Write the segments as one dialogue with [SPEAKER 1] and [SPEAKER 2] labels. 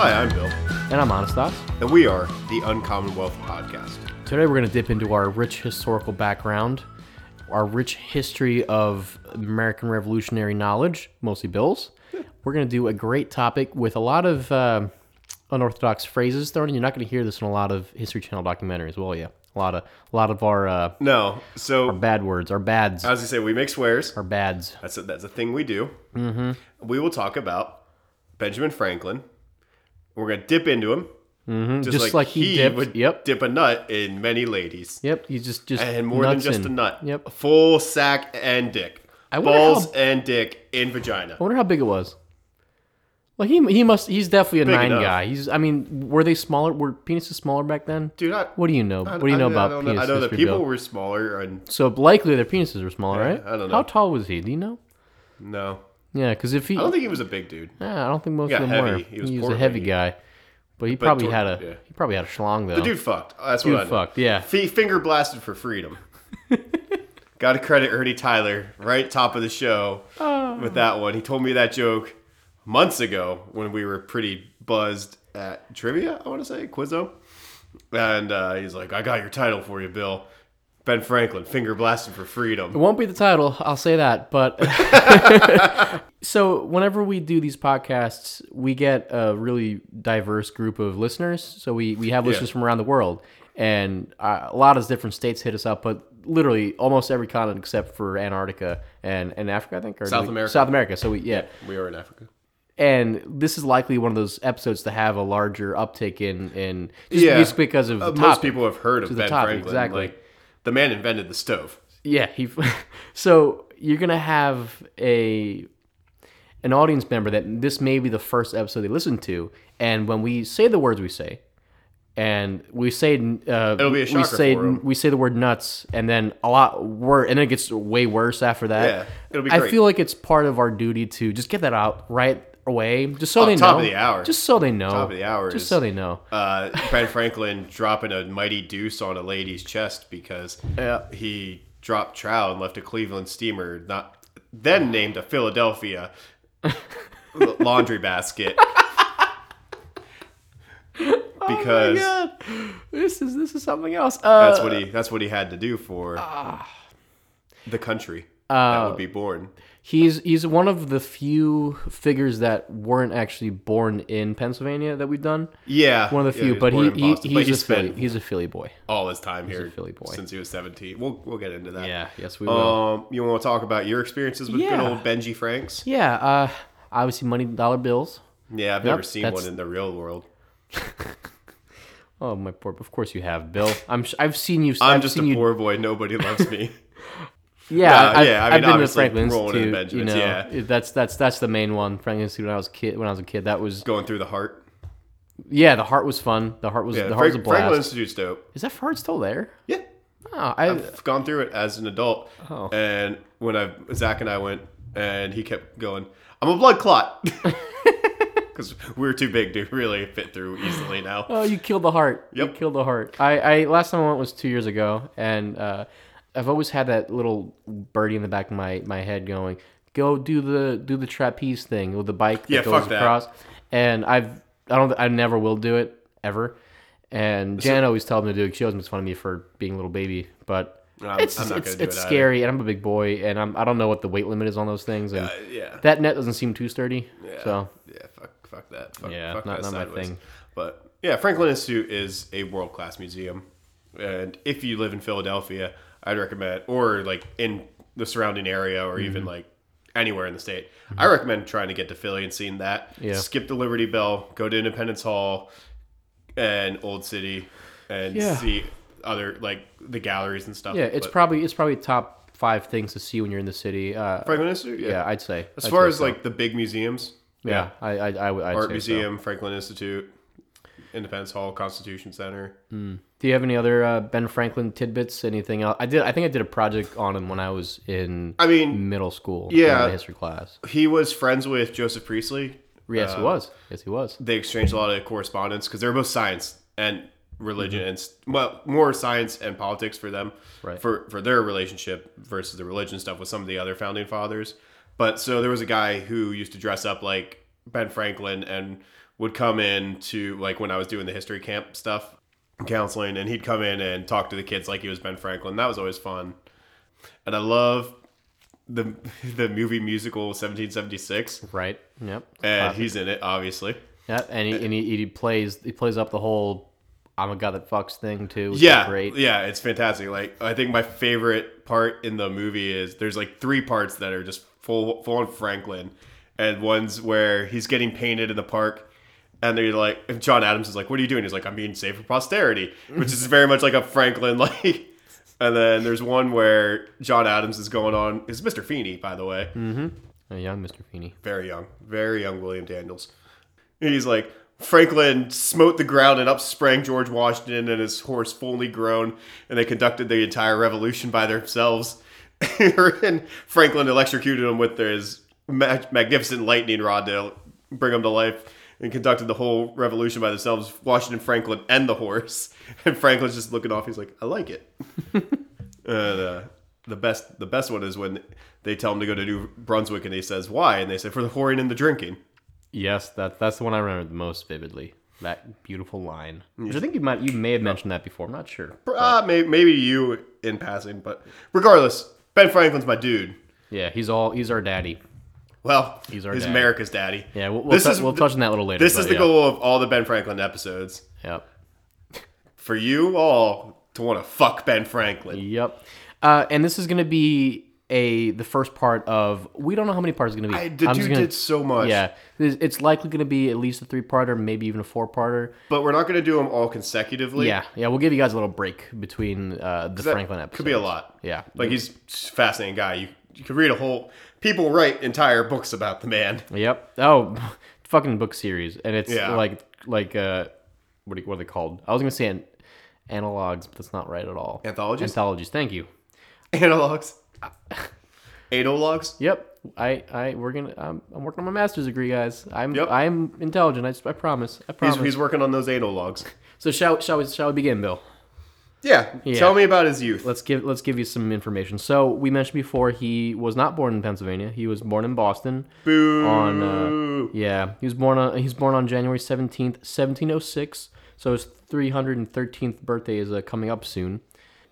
[SPEAKER 1] Hi, I'm Bill,
[SPEAKER 2] And I'm Anastas.
[SPEAKER 1] and we are the Uncommonwealth Podcast.
[SPEAKER 2] Today we're going to dip into our rich historical background, our rich history of American Revolutionary knowledge, mostly Bill's. We're going to do a great topic with a lot of um unorthodox phrases thrown in. You're not going to hear this in a lot of History Channel documentaries, will you? A lot of a lot of our uh,
[SPEAKER 1] No, so
[SPEAKER 2] bad words, our bads,
[SPEAKER 1] as you say, we make swears.
[SPEAKER 2] our bads.
[SPEAKER 1] That's a, that's a thing we do. Mm-hmm. We will talk about Benjamin Franklin. We're gonna dip into him, mm-hmm.
[SPEAKER 2] just like he dipped,
[SPEAKER 1] would
[SPEAKER 2] yep.
[SPEAKER 1] dip a nut in many ladies,
[SPEAKER 2] Yep, you just just
[SPEAKER 1] and more
[SPEAKER 2] nuts
[SPEAKER 1] than just
[SPEAKER 2] in.
[SPEAKER 1] a nut.
[SPEAKER 2] Yep.
[SPEAKER 1] full sack and dick,
[SPEAKER 2] I wonder
[SPEAKER 1] balls
[SPEAKER 2] how-
[SPEAKER 1] and dick in vagina.
[SPEAKER 2] I wonder how big it was. Like he he must he's definitely a nine
[SPEAKER 1] enough.
[SPEAKER 2] guy. He's I mean were they smaller? Were penises smaller back then?
[SPEAKER 1] Dude, I,
[SPEAKER 2] What do you know?
[SPEAKER 1] I-
[SPEAKER 2] what do you know
[SPEAKER 1] I-
[SPEAKER 2] about
[SPEAKER 1] I don't know,
[SPEAKER 2] penis
[SPEAKER 1] I know that
[SPEAKER 2] history,
[SPEAKER 1] people
[SPEAKER 2] Bill?
[SPEAKER 1] were smaller and
[SPEAKER 2] So likely their penises were smaller, right?
[SPEAKER 1] I don't know.
[SPEAKER 2] How tall was he? Do you know?
[SPEAKER 1] no,
[SPEAKER 2] Yeah, because if he,
[SPEAKER 1] I don't think he was a big dude.
[SPEAKER 2] Nah, I don't think most
[SPEAKER 1] got
[SPEAKER 2] of them
[SPEAKER 1] heavy.
[SPEAKER 2] were.
[SPEAKER 1] He was
[SPEAKER 2] a heavy
[SPEAKER 1] portly.
[SPEAKER 2] guy, but he probably
[SPEAKER 1] tor-
[SPEAKER 2] had a
[SPEAKER 1] yeah.
[SPEAKER 2] he probably had a schlong though.
[SPEAKER 1] The dude fucked. That's what
[SPEAKER 2] Dude
[SPEAKER 1] I know.
[SPEAKER 2] fucked, yeah.
[SPEAKER 1] F- finger blasted for freedom. Got to credit Ernie Tyler, right top of the show,
[SPEAKER 2] Oh.
[SPEAKER 1] with that one. He told me that joke months ago when we were pretty buzzed at trivia. I want to say Quizzo, and uh, he's like, "I got your title for you, Bill." Ben Franklin, finger blasted for
[SPEAKER 2] It
[SPEAKER 1] freedom.
[SPEAKER 2] won't be the title, I'll say that. But so, whenever we do these podcasts, we get a really diverse group of listeners. So, we, we have listeners from around the world, and uh, a lot of different states hit us up, but literally almost every continent except for Antarctica and, and Africa, I think. Or
[SPEAKER 1] South
[SPEAKER 2] we-
[SPEAKER 1] America.
[SPEAKER 2] South America. So, we, yeah.
[SPEAKER 1] We are in Africa.
[SPEAKER 2] And this is likely one of those episodes to have a larger uptick in, in just,
[SPEAKER 1] Yeah.
[SPEAKER 2] just because of the
[SPEAKER 1] Uh,
[SPEAKER 2] topic.
[SPEAKER 1] most people have heard of
[SPEAKER 2] the
[SPEAKER 1] Ben
[SPEAKER 2] topic,
[SPEAKER 1] Franklin.
[SPEAKER 2] exactly.
[SPEAKER 1] Like, the man invented the stove.
[SPEAKER 2] Yeah, he. So you're gonna have a an audience member that this may be the first episode they listen to, and when we say the words we say, and we say uh,
[SPEAKER 1] It'll be a
[SPEAKER 2] we
[SPEAKER 1] shocker
[SPEAKER 2] say
[SPEAKER 1] for 'em.
[SPEAKER 2] we say the word nuts, and then a lot worse, and then it gets way worse after that.
[SPEAKER 1] Yeah, it'll be
[SPEAKER 2] I
[SPEAKER 1] great.
[SPEAKER 2] feel like it's part of our duty to just get that out right away, just so
[SPEAKER 1] Oh,
[SPEAKER 2] they
[SPEAKER 1] top
[SPEAKER 2] know.
[SPEAKER 1] of the hour.
[SPEAKER 2] Just so they know.
[SPEAKER 1] Top of the hour
[SPEAKER 2] Just
[SPEAKER 1] is-
[SPEAKER 2] so they know.
[SPEAKER 1] uh, Ben Franklin dropping a mighty deuce on a lady's chest because he dropped trow and left a Cleveland steamer, not then named a Philadelphia laundry basket. because
[SPEAKER 2] oh my Oh god, this is this is something else. Uh,
[SPEAKER 1] that's what he that's what he had to do for the country that would
[SPEAKER 2] Uh,
[SPEAKER 1] be born.
[SPEAKER 2] He's he's one of the few figures that weren't actually born in Pennsylvania that we've done.
[SPEAKER 1] Yeah,
[SPEAKER 2] One of the
[SPEAKER 1] yeah,
[SPEAKER 2] few,
[SPEAKER 1] was
[SPEAKER 2] but
[SPEAKER 1] born
[SPEAKER 2] he,
[SPEAKER 1] in
[SPEAKER 2] he,
[SPEAKER 1] Boston,
[SPEAKER 2] he's
[SPEAKER 1] but
[SPEAKER 2] a
[SPEAKER 1] he
[SPEAKER 2] Philly,
[SPEAKER 1] spent
[SPEAKER 2] he's a Philly boy.
[SPEAKER 1] all his time here
[SPEAKER 2] Philly boy.
[SPEAKER 1] since he was seventeen. We'll we'll get into that.
[SPEAKER 2] Yeah, yes we will.
[SPEAKER 1] Um, you want to talk about your experiences with good
[SPEAKER 2] Yeah.
[SPEAKER 1] old Benji Franks?
[SPEAKER 2] yeah, uh, obviously money dollar bills.
[SPEAKER 1] Yeah, I've never
[SPEAKER 2] Yep,
[SPEAKER 1] seen
[SPEAKER 2] that's-
[SPEAKER 1] one in the real world.
[SPEAKER 2] Oh my poor! Of course you have, Bill. I'm s- I've seen you.
[SPEAKER 1] I'm
[SPEAKER 2] have
[SPEAKER 1] just a
[SPEAKER 2] seen you,
[SPEAKER 1] poor boy. Nobody loves me.
[SPEAKER 2] Yeah,
[SPEAKER 1] Nah,
[SPEAKER 2] I,
[SPEAKER 1] yeah, I mean,
[SPEAKER 2] I have been to the
[SPEAKER 1] obviously,
[SPEAKER 2] Franklin
[SPEAKER 1] rolling in
[SPEAKER 2] Institute. you
[SPEAKER 1] Benjamins,
[SPEAKER 2] know,
[SPEAKER 1] yeah.
[SPEAKER 2] it- that's that's that's the main one. Franklin Institute. When I was a kid, when I was a kid, that was
[SPEAKER 1] Going through the heart.
[SPEAKER 2] yeah. The heart was fun. The heart was
[SPEAKER 1] Yeah,
[SPEAKER 2] the heart
[SPEAKER 1] Frank-
[SPEAKER 2] was a blast.
[SPEAKER 1] Franklin Institute's dope.
[SPEAKER 2] Is that heart still there?
[SPEAKER 1] Yeah,
[SPEAKER 2] Oh, I
[SPEAKER 1] I've gone through it as an adult.
[SPEAKER 2] Oh.
[SPEAKER 1] And when I Zach and I went, and he kept going, "I'm a blood clot," because we're too big to really fit through easily now.
[SPEAKER 2] Oh, you killed the heart. You
[SPEAKER 1] Yep.
[SPEAKER 2] killed the heart. I, I last time I went was two years ago, and uh, I've always had that little birdie in the back of my, my head going, "Go do the do the trapeze thing with the bike that
[SPEAKER 1] Yeah,
[SPEAKER 2] goes
[SPEAKER 1] fuck that.
[SPEAKER 2] across." And I've I don't I never will do it ever. And Jan always tells me to do it. She always makes fun of me for being a little baby, but
[SPEAKER 1] No, I'm-
[SPEAKER 2] it's
[SPEAKER 1] I'm not
[SPEAKER 2] it's,
[SPEAKER 1] gonna do
[SPEAKER 2] it's
[SPEAKER 1] it either.
[SPEAKER 2] scary, and I'm a big boy, and I'm I don't know what the weight limit is on those things, and
[SPEAKER 1] Uh, yeah,
[SPEAKER 2] that net doesn't seem too sturdy. So
[SPEAKER 1] yeah, fuck, fuck that. Fuck,
[SPEAKER 2] Yeah,
[SPEAKER 1] fuck
[SPEAKER 2] not-
[SPEAKER 1] that
[SPEAKER 2] not my
[SPEAKER 1] sideways.
[SPEAKER 2] thing.
[SPEAKER 1] But yeah, Franklin Institute is a world class museum, and if you live in Philadelphia, I'd recommend, or like in the surrounding area, or even
[SPEAKER 2] Mm-hmm.
[SPEAKER 1] like anywhere in the state, I recommend trying to get to Philly and seeing that.
[SPEAKER 2] Yeah.
[SPEAKER 1] Skip the Liberty Bell, go to Independence Hall, and Old City, and
[SPEAKER 2] Yeah.
[SPEAKER 1] see other like the galleries and stuff.
[SPEAKER 2] yeah, it's
[SPEAKER 1] But
[SPEAKER 2] probably it's probably top five things to see when you're in the city. Uh,
[SPEAKER 1] Franklin Institute. Yeah.
[SPEAKER 2] Yeah, I'd say.
[SPEAKER 1] As far as like the big museums,
[SPEAKER 2] yeah, I, I, I would. I'd
[SPEAKER 1] Art
[SPEAKER 2] say So.
[SPEAKER 1] Museum, Franklin Institute, Independence Hall, Constitution Center.
[SPEAKER 2] Do you have any other uh, Ben Franklin tidbits? Anything else? I did. I think I did a project on him when I was in
[SPEAKER 1] I mean,
[SPEAKER 2] middle school.
[SPEAKER 1] Yeah.
[SPEAKER 2] in my history class.
[SPEAKER 1] he was friends with Joseph Priestley.
[SPEAKER 2] Yes, he was. Yes, he was.
[SPEAKER 1] They exchanged a lot of correspondence because they're both science and religion, and s- well, more science and politics for them,
[SPEAKER 2] Mm-hmm. Right.
[SPEAKER 1] For for their relationship versus the religion stuff with some of the other founding fathers. But so there was a guy who used to dress up like Ben Franklin and would come in to like when I was doing the history camp stuff counseling and he'd come in and talk to the kids like he was Ben Franklin. That was always fun. And I love the the movie musical 1776
[SPEAKER 2] Right. Yep.
[SPEAKER 1] and
[SPEAKER 2] Classic.
[SPEAKER 1] he's in it obviously.
[SPEAKER 2] yep. And he and he, he plays he plays up the whole I'm a god that fucks thing too. which is
[SPEAKER 1] Yeah.
[SPEAKER 2] Great.
[SPEAKER 1] Yeah, it's fantastic. Like I think my favorite part in the movie is there's like three parts that are just full full on Franklin and one's where he's getting painted in the park and they're like and John Adams is like, What are you doing? He's like, I'm being saved for posterity which is very much like a Franklin like and then there's one where John Adams is going on is Mr. Feeney, by the way.
[SPEAKER 2] A Uh, young Mr. Feeney.
[SPEAKER 1] very young, very young William Daniels. And he's like, Franklin smote the ground and up sprang George Washington and his horse fully grown, and they conducted the entire revolution by themselves. and Franklin electrocuted him with his ma- magnificent lightning rod to bring him to life and conducted the whole revolution by themselves, Washington, Franklin, and the horse. And Franklin's just looking off. He's like, I like it. And, uh, the best the best one is when they tell him to go to New Brunswick and he says why and they say for the whoring and the drinking.
[SPEAKER 2] Yes, that that's the one I remember the most vividly. That beautiful line. Which I think you might you may have mentioned that before. I'm not sure.
[SPEAKER 1] Uh, may, maybe you in passing, but regardless, Ben Franklin's my dude.
[SPEAKER 2] Yeah, he's all he's our daddy.
[SPEAKER 1] Well,
[SPEAKER 2] He's our
[SPEAKER 1] he's
[SPEAKER 2] dad.
[SPEAKER 1] America's daddy.
[SPEAKER 2] Yeah, we'll we'll,
[SPEAKER 1] this
[SPEAKER 2] tou-
[SPEAKER 1] is
[SPEAKER 2] we'll touch on that a little later.
[SPEAKER 1] this is
[SPEAKER 2] but
[SPEAKER 1] the
[SPEAKER 2] yeah.
[SPEAKER 1] goal of all the Ben Franklin episodes
[SPEAKER 2] Yep.
[SPEAKER 1] for you all to want to fuck Ben Franklin.
[SPEAKER 2] Yep. Uh, and this is going to be a the first part of we don't know how many parts it's going to be.
[SPEAKER 1] I, the
[SPEAKER 2] I'm
[SPEAKER 1] dude
[SPEAKER 2] just gonna-
[SPEAKER 1] did so much,
[SPEAKER 2] Yeah, it's it's likely going to be at least a three-parter, maybe even a four-parter.
[SPEAKER 1] but we're not going to do them all consecutively.
[SPEAKER 2] Yeah, yeah, we'll give you guys a little break between uh, the
[SPEAKER 1] That
[SPEAKER 2] Franklin episode.
[SPEAKER 1] could be a lot.
[SPEAKER 2] Yeah,
[SPEAKER 1] Like he's a fascinating guy. You you could read a whole. People write entire books about the man.
[SPEAKER 2] Yep. Oh, fucking book series, and it's
[SPEAKER 1] Yeah.
[SPEAKER 2] like like uh, what are, what are they called? I was gonna say an, analogs, but that's not right at all.
[SPEAKER 1] Anthologies?
[SPEAKER 2] Anthologies. Thank you.
[SPEAKER 1] Analogs. Analogs.
[SPEAKER 2] Yep. I I we're gonna I'm, I'm working on my master's degree, guys. I'm
[SPEAKER 1] Yep.
[SPEAKER 2] I'm intelligent. I, s- I promise. I
[SPEAKER 1] He's,
[SPEAKER 2] promise.
[SPEAKER 1] he's working on those analogs.
[SPEAKER 2] so shall shall we shall we begin, Bill?
[SPEAKER 1] Yeah. Tell me about his youth.
[SPEAKER 2] Let's give let's give you some information. So we mentioned before he was not born in Pennsylvania. He was born in Boston.
[SPEAKER 1] Boo.
[SPEAKER 2] on, uh, Yeah, he was born on he's born on January seventeenth, seventeen oh six. So his three hundred and thirteenth birthday is uh, coming up soon.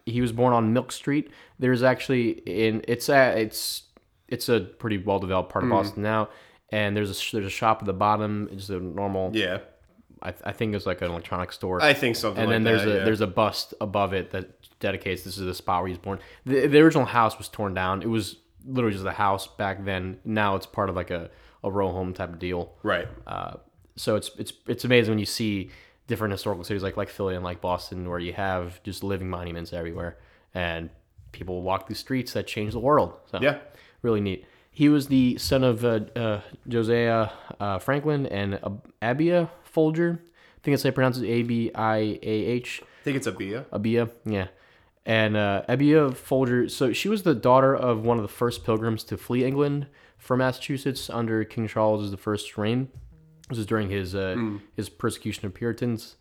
[SPEAKER 2] He was born on Milk Street. There's actually in it's a, it's it's a pretty well developed part of
[SPEAKER 1] Hmm.
[SPEAKER 2] Boston now, and there's a sh- there's a shop at the bottom. It's a normal.
[SPEAKER 1] yeah.
[SPEAKER 2] I, I think it's like an electronics store
[SPEAKER 1] I think something
[SPEAKER 2] and
[SPEAKER 1] like
[SPEAKER 2] then
[SPEAKER 1] that.
[SPEAKER 2] there's a
[SPEAKER 1] yeah.
[SPEAKER 2] there's a bust above it that dedicates this is the spot where he's born. The, the original house was torn down. It was literally just a house back then. Now it's part of like a, a row home type of deal.
[SPEAKER 1] right.
[SPEAKER 2] Uh, so it's it's it's amazing when you see different historical cities like like Philly and like Boston where you have just living monuments everywhere and people walk these streets that change the world. So
[SPEAKER 1] Yeah.
[SPEAKER 2] really neat. He was the son of uh, uh, Josiah uh, Franklin and uh, Abia Folger. I think that's how you pronounce it. A B I A H.
[SPEAKER 1] I think it's a Bia.
[SPEAKER 2] Abia, yeah. And uh, Abia Folger, so she was the daughter of one of the first pilgrims to flee England from Massachusetts under King Charles I's reign. This is during his uh, his persecution of Puritans,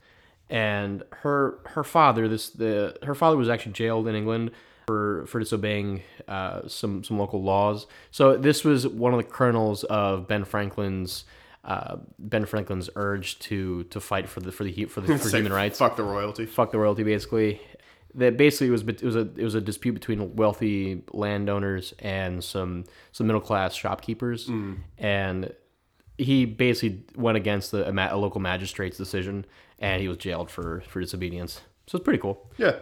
[SPEAKER 2] and her her father this the her father was actually jailed in England for for disobeying uh, some some local laws. So this was one of the kernels of Ben Franklin's uh, Ben Franklin's urge to to fight for the for the hu- for the for
[SPEAKER 1] Say,
[SPEAKER 2] human rights
[SPEAKER 1] Fuck the royalty.
[SPEAKER 2] fuck the royalty basically that basically was bet- it was a it was a dispute between wealthy landowners and some some middle class shopkeepers and he basically went against the, a, ma- a local magistrate's decision and he was jailed for for disobedience so it's pretty cool
[SPEAKER 1] Yeah.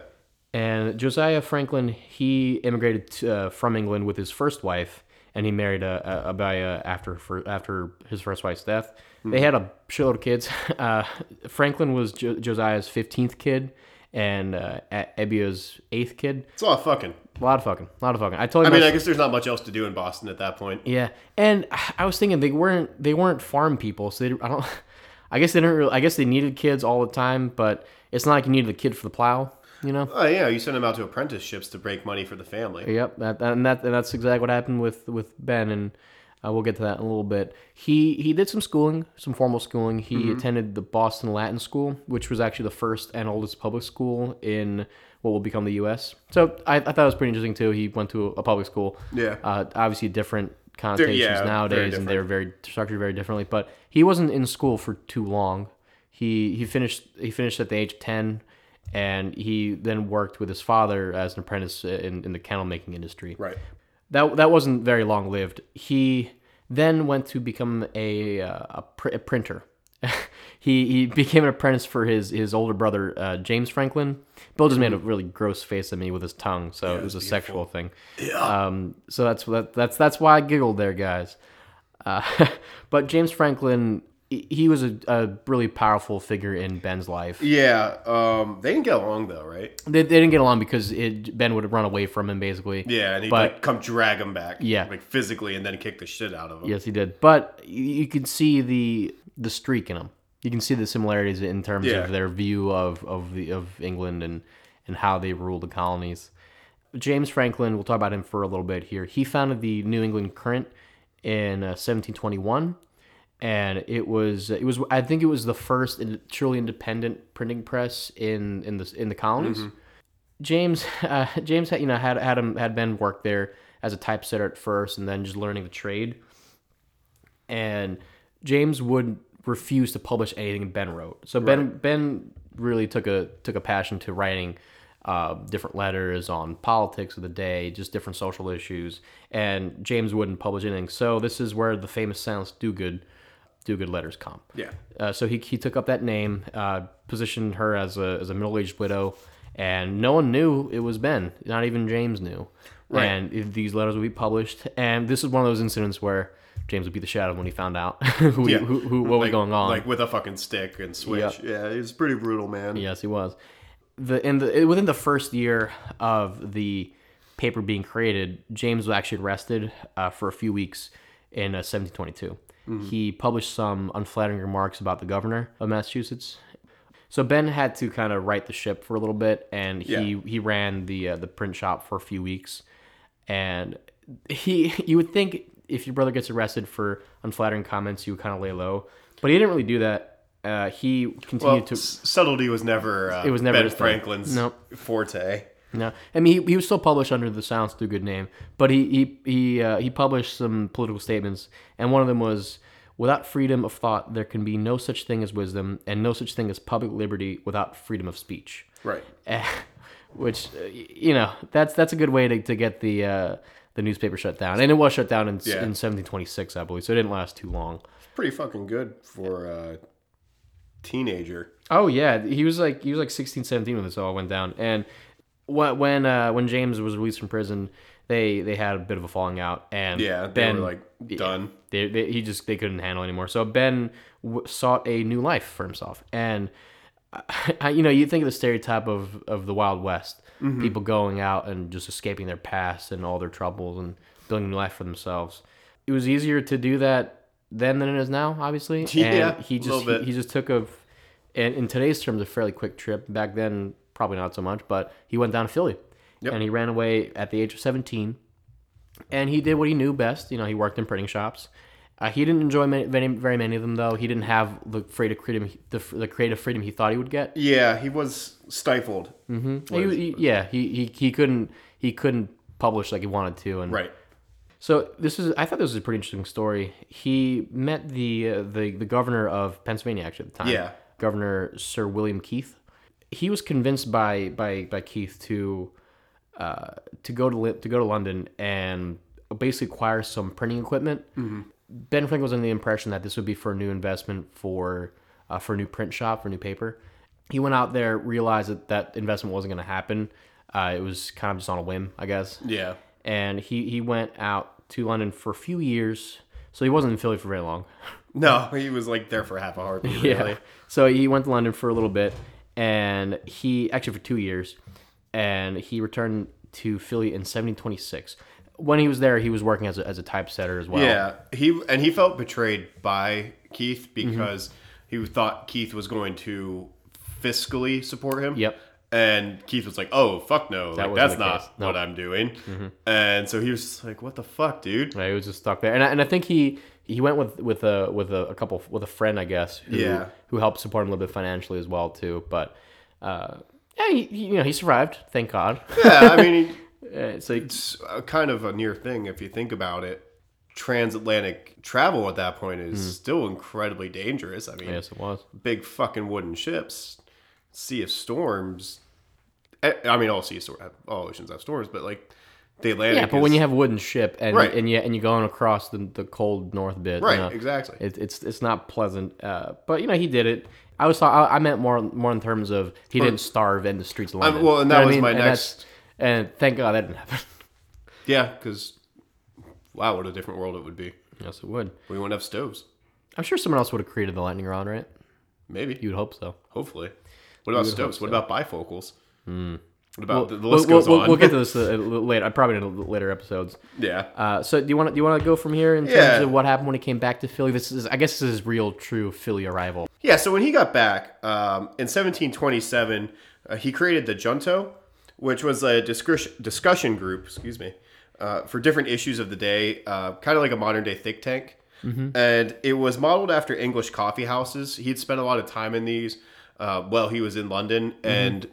[SPEAKER 2] and Josiah Franklin, he immigrated to, uh, from England with his first wife, and he married uh, uh, Abaya after for, after his first wife's death.
[SPEAKER 1] Hmm.
[SPEAKER 2] They had a shitload of kids. Uh, Franklin was jo- Josiah's fifteenth kid, and uh, A- Abia's eighth kid.
[SPEAKER 1] It's a lot of fucking.
[SPEAKER 2] A lot of fucking, a lot of fucking. I told you.
[SPEAKER 1] I mean,
[SPEAKER 2] my-
[SPEAKER 1] I guess there's not much else to do in Boston at that point.
[SPEAKER 2] yeah, and I was thinking they weren't they weren't farm people, so they I don't. I guess they didn't really. I guess they needed kids all the time, but it's not like you needed a kid for the plow, you know.
[SPEAKER 1] Oh yeah, you send them out to apprenticeships to break money for the family.
[SPEAKER 2] Yep, that, and that and that's exactly what happened with with Ben, and uh, we'll get to that in a little bit. He he did some schooling, some formal schooling. He
[SPEAKER 1] Mm-hmm.
[SPEAKER 2] attended the Boston Latin School, which was actually the first and oldest public school in what will become the U.S. So I, I thought it was pretty interesting too. He went to a public school.
[SPEAKER 1] Yeah.
[SPEAKER 2] uh, obviously different connotations
[SPEAKER 1] yeah, very
[SPEAKER 2] nowadays, and they were very structured very differently. But he wasn't in school for too long. He he finished he finished at the age of ten, and he then worked with his father as an apprentice in, in the kennel making industry.
[SPEAKER 1] Right.
[SPEAKER 2] That that wasn't very long lived. He then went to become a uh, a, pr- a printer. he he became an apprentice for his his older brother uh, James Franklin. Bill just made a really gross face at me with his tongue, so it was a sexual thing. Um, so that's that, that's that's why I giggled there, guys. Uh, but James Franklin, he he was a, a really powerful figure in Ben's life.
[SPEAKER 1] Yeah. Um, they didn't get along though, right?
[SPEAKER 2] They, they didn't get along because it, Ben would run away from him, basically.
[SPEAKER 1] Yeah, and he'd
[SPEAKER 2] But-
[SPEAKER 1] like come drag him back.
[SPEAKER 2] Yeah.
[SPEAKER 1] Like physically, and then kick the shit out of him.
[SPEAKER 2] Yes, he did. But y- you can see the the streak in them. You can see the similarities in terms
[SPEAKER 1] Yeah.
[SPEAKER 2] of their view of of the of England and and how they ruled the colonies. James Franklin, we'll talk about him for a little bit here. He founded the New England Current in uh, 1721, and it was it was I think it was the first in, truly independent printing press in in the in the colonies. James uh, James had you know had had him had been worked there as a typesetter at first, and then just learning the trade and James would refuse to publish anything Ben wrote. So Ben Ben really took a took a passion to writing uh, different letters on politics of the day, just different social issues, and James wouldn't publish anything. So this is where the famous Silence Do Good Do Good letters come.
[SPEAKER 1] Yeah.
[SPEAKER 2] Uh, so he, he took up that name, uh, positioned her as a, as a middle aged widow, and no one knew it was Ben. Not even James knew.
[SPEAKER 1] Right.
[SPEAKER 2] And if these letters would be published. And this is one of those incidents where James would be the shadow when he found out who,
[SPEAKER 1] Yeah.
[SPEAKER 2] who, who what was
[SPEAKER 1] Like-
[SPEAKER 2] going on.
[SPEAKER 1] Like with a fucking stick and switch. Yeah, he was pretty brutal, man.
[SPEAKER 2] Yes, he was. The in the within the first year of the paper being created, James was actually arrested uh, for a few weeks in uh, 1722. He published some unflattering remarks about the governor of Massachusetts. So Ben had to kind of right the ship for a little bit, and he
[SPEAKER 1] Yeah.
[SPEAKER 2] he ran the uh, the print shop for a few weeks, and he you would think if your brother gets arrested for unflattering comments, you would kind of lay low, but he didn't really do that. Uh, he continued
[SPEAKER 1] Well,
[SPEAKER 2] to
[SPEAKER 1] s- subtlety was never. Uh, it
[SPEAKER 2] was never
[SPEAKER 1] Ben
[SPEAKER 2] his thing.
[SPEAKER 1] Franklin's
[SPEAKER 2] Nope.
[SPEAKER 1] forte.
[SPEAKER 2] No, I mean he, he was still published under the Silence Through Good name, but he he he uh, he published some political statements, and one of them was, "Without freedom of thought, there can be no such thing as wisdom, and no such thing as public liberty without freedom of speech."
[SPEAKER 1] Right.
[SPEAKER 2] Eh, Which uh, y- you know that's that's a good way to, to get the uh, the newspaper shut down, and it was shut down in, s
[SPEAKER 1] Yeah.
[SPEAKER 2] in 1726, I believe, so it didn't last too long.
[SPEAKER 1] Pretty fucking good for a teenager.
[SPEAKER 2] Oh yeah, he was like he was like 16, 17 when this all went down. And wh- when uh, when James was released from prison, they they had a bit of a falling out. And
[SPEAKER 1] Yeah, they
[SPEAKER 2] Ben
[SPEAKER 1] were like done.
[SPEAKER 2] they, they he just they couldn't handle anymore. So Ben w- sought a new life for himself. And I, you know, you think of the stereotype of of the Wild West,
[SPEAKER 1] Mm-hmm.
[SPEAKER 2] people going out and just escaping their past and all their troubles and building a new life for themselves. It was easier to do that then than it is now, obviously.
[SPEAKER 1] Yeah,
[SPEAKER 2] and he
[SPEAKER 1] a
[SPEAKER 2] just
[SPEAKER 1] little bit.
[SPEAKER 2] He, he just took a, and in today's terms, a fairly quick trip. Back then, probably not so much, but he went down to Philly, and he ran away at the age of seventeen and he did what he knew best. You know, he worked in printing shops. Uh, he didn't enjoy many, very, very many of them, though. He didn't have the creative freedom, the, the creative freedom he thought he would get.
[SPEAKER 1] Yeah, he was stifled.
[SPEAKER 2] He- he- yeah, he, he he couldn't he couldn't publish like he wanted to, and
[SPEAKER 1] Right.
[SPEAKER 2] so this is I thought this was a pretty interesting story. He met the uh, the the governor of Pennsylvania actually at the time.
[SPEAKER 1] Yeah.
[SPEAKER 2] Governor Sir William Keith. He was convinced by by by Keith to uh, to go to Li- to go to London and basically acquire some printing equipment. Ben Franklin was under the impression that this would be for a new investment for uh, for a new print shop for new paper. He went out there, realized that that investment wasn't going to happen. Uh, it was kind of just on a whim, I guess
[SPEAKER 1] Yeah.
[SPEAKER 2] and he, he went out to London for a few years. So he wasn't in Philly for very long.
[SPEAKER 1] No, he was like there for half a heartbeat. Really.
[SPEAKER 2] So he went to London for a little bit, and he actually for two years, and he returned to Philly in 1726. When he was there, he was working as a, as a typesetter as well.
[SPEAKER 1] Yeah, he and he felt betrayed by Keith
[SPEAKER 2] Mm-hmm.
[SPEAKER 1] because he thought Keith was going to fiscally support him.
[SPEAKER 2] Yep.
[SPEAKER 1] And Keith was like, "Oh fuck no, like,
[SPEAKER 2] wasn't
[SPEAKER 1] that's
[SPEAKER 2] the case.
[SPEAKER 1] not
[SPEAKER 2] Mm-hmm. No.
[SPEAKER 1] what I'm doing." And so he was just like, "What the fuck, dude?"
[SPEAKER 2] Yeah, he was just stuck there, and I, and I think he he went with with a with a, a couple with a friend, I guess. Who,
[SPEAKER 1] Yeah.
[SPEAKER 2] Who helped support him a little bit financially as well too, but. Uh, yeah, he, he- you know he survived, thank God.
[SPEAKER 1] Yeah, I mean,
[SPEAKER 2] Uh, so he-
[SPEAKER 1] it's uh, kind of a near thing if you think about it. transatlantic travel at that point is still incredibly dangerous. I mean,
[SPEAKER 2] Yes, Mm-hmm. it was.
[SPEAKER 1] big fucking wooden ships, sea of storms. I I mean, all sea of storms, all oceans have storms, but like the Atlantic.
[SPEAKER 2] Yeah, but when
[SPEAKER 1] is-
[SPEAKER 2] you have a wooden ship and
[SPEAKER 1] Right.
[SPEAKER 2] and you and you're going across the, the cold north bit, you
[SPEAKER 1] right,
[SPEAKER 2] know,
[SPEAKER 1] exactly.
[SPEAKER 2] it, it's it's not pleasant. Uh, but you know he did it. I was thought I, I meant more more in terms of he didn't starve in the streets of London.
[SPEAKER 1] well, and that
[SPEAKER 2] You know what I
[SPEAKER 1] was
[SPEAKER 2] mean?
[SPEAKER 1] my
[SPEAKER 2] And that's-
[SPEAKER 1] next-
[SPEAKER 2] And thank God that didn't happen.
[SPEAKER 1] yeah, because wow, what a different world it would be.
[SPEAKER 2] yes, it would.
[SPEAKER 1] We wouldn't have stoves.
[SPEAKER 2] I'm sure someone else would have created the lightning rod, right?
[SPEAKER 1] Maybe,
[SPEAKER 2] You'd hope so.
[SPEAKER 1] hopefully. What about stoves? What about bifocals? What about the, the
[SPEAKER 2] Hmm. We'll,
[SPEAKER 1] list
[SPEAKER 2] we'll,
[SPEAKER 1] goes
[SPEAKER 2] we'll-
[SPEAKER 1] on?
[SPEAKER 2] we'll get to this uh, later. I probably in a little- later episodes.
[SPEAKER 1] yeah.
[SPEAKER 2] Uh, so do you want to do you want to go from here in terms
[SPEAKER 1] Yeah.
[SPEAKER 2] of what happened when he came back to Philly? This is I guess this is real true Philly arrival.
[SPEAKER 1] Yeah, so when he got back um, in 1727, uh, he created the Junto, which was a discus- discussion group, excuse me, uh, for different issues of the day, uh, kind of like a modern day think tank.
[SPEAKER 2] Mm-hmm.
[SPEAKER 1] And it was modeled after English coffee houses. He'd spent a lot of time in these uh, while he was in London,
[SPEAKER 2] Mm-hmm.
[SPEAKER 1] and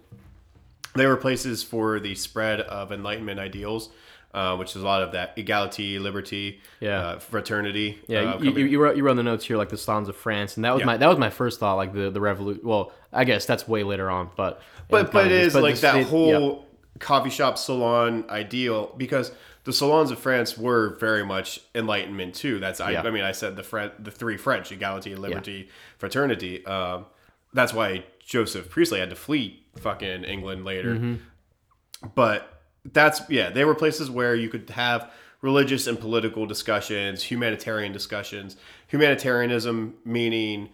[SPEAKER 1] they were places for the spread of Enlightenment ideals, uh, which is a lot of that equality, liberty,
[SPEAKER 2] Yeah.
[SPEAKER 1] uh, fraternity.
[SPEAKER 2] Yeah,
[SPEAKER 1] uh,
[SPEAKER 2] you, you, you wrote you wrote in the notes here like the Sons of France, and that was my that was my first thought, like the the revolution. Well, I guess that's way later on, but
[SPEAKER 1] but but it is like
[SPEAKER 2] just
[SPEAKER 1] that
[SPEAKER 2] the- yeah.
[SPEAKER 1] whole coffee shop salon ideal because the salons of France were very much Enlightenment too. That's I,
[SPEAKER 2] Yeah.
[SPEAKER 1] I mean I said the Fre- the three French equality, liberty, fraternity. Um, that's why Joseph Priestley had to flee fucking England later.
[SPEAKER 2] Mm-hmm.
[SPEAKER 1] But that's yeah, they were places where you could have religious and political discussions, humanitarian discussions. Humanitarianism meaning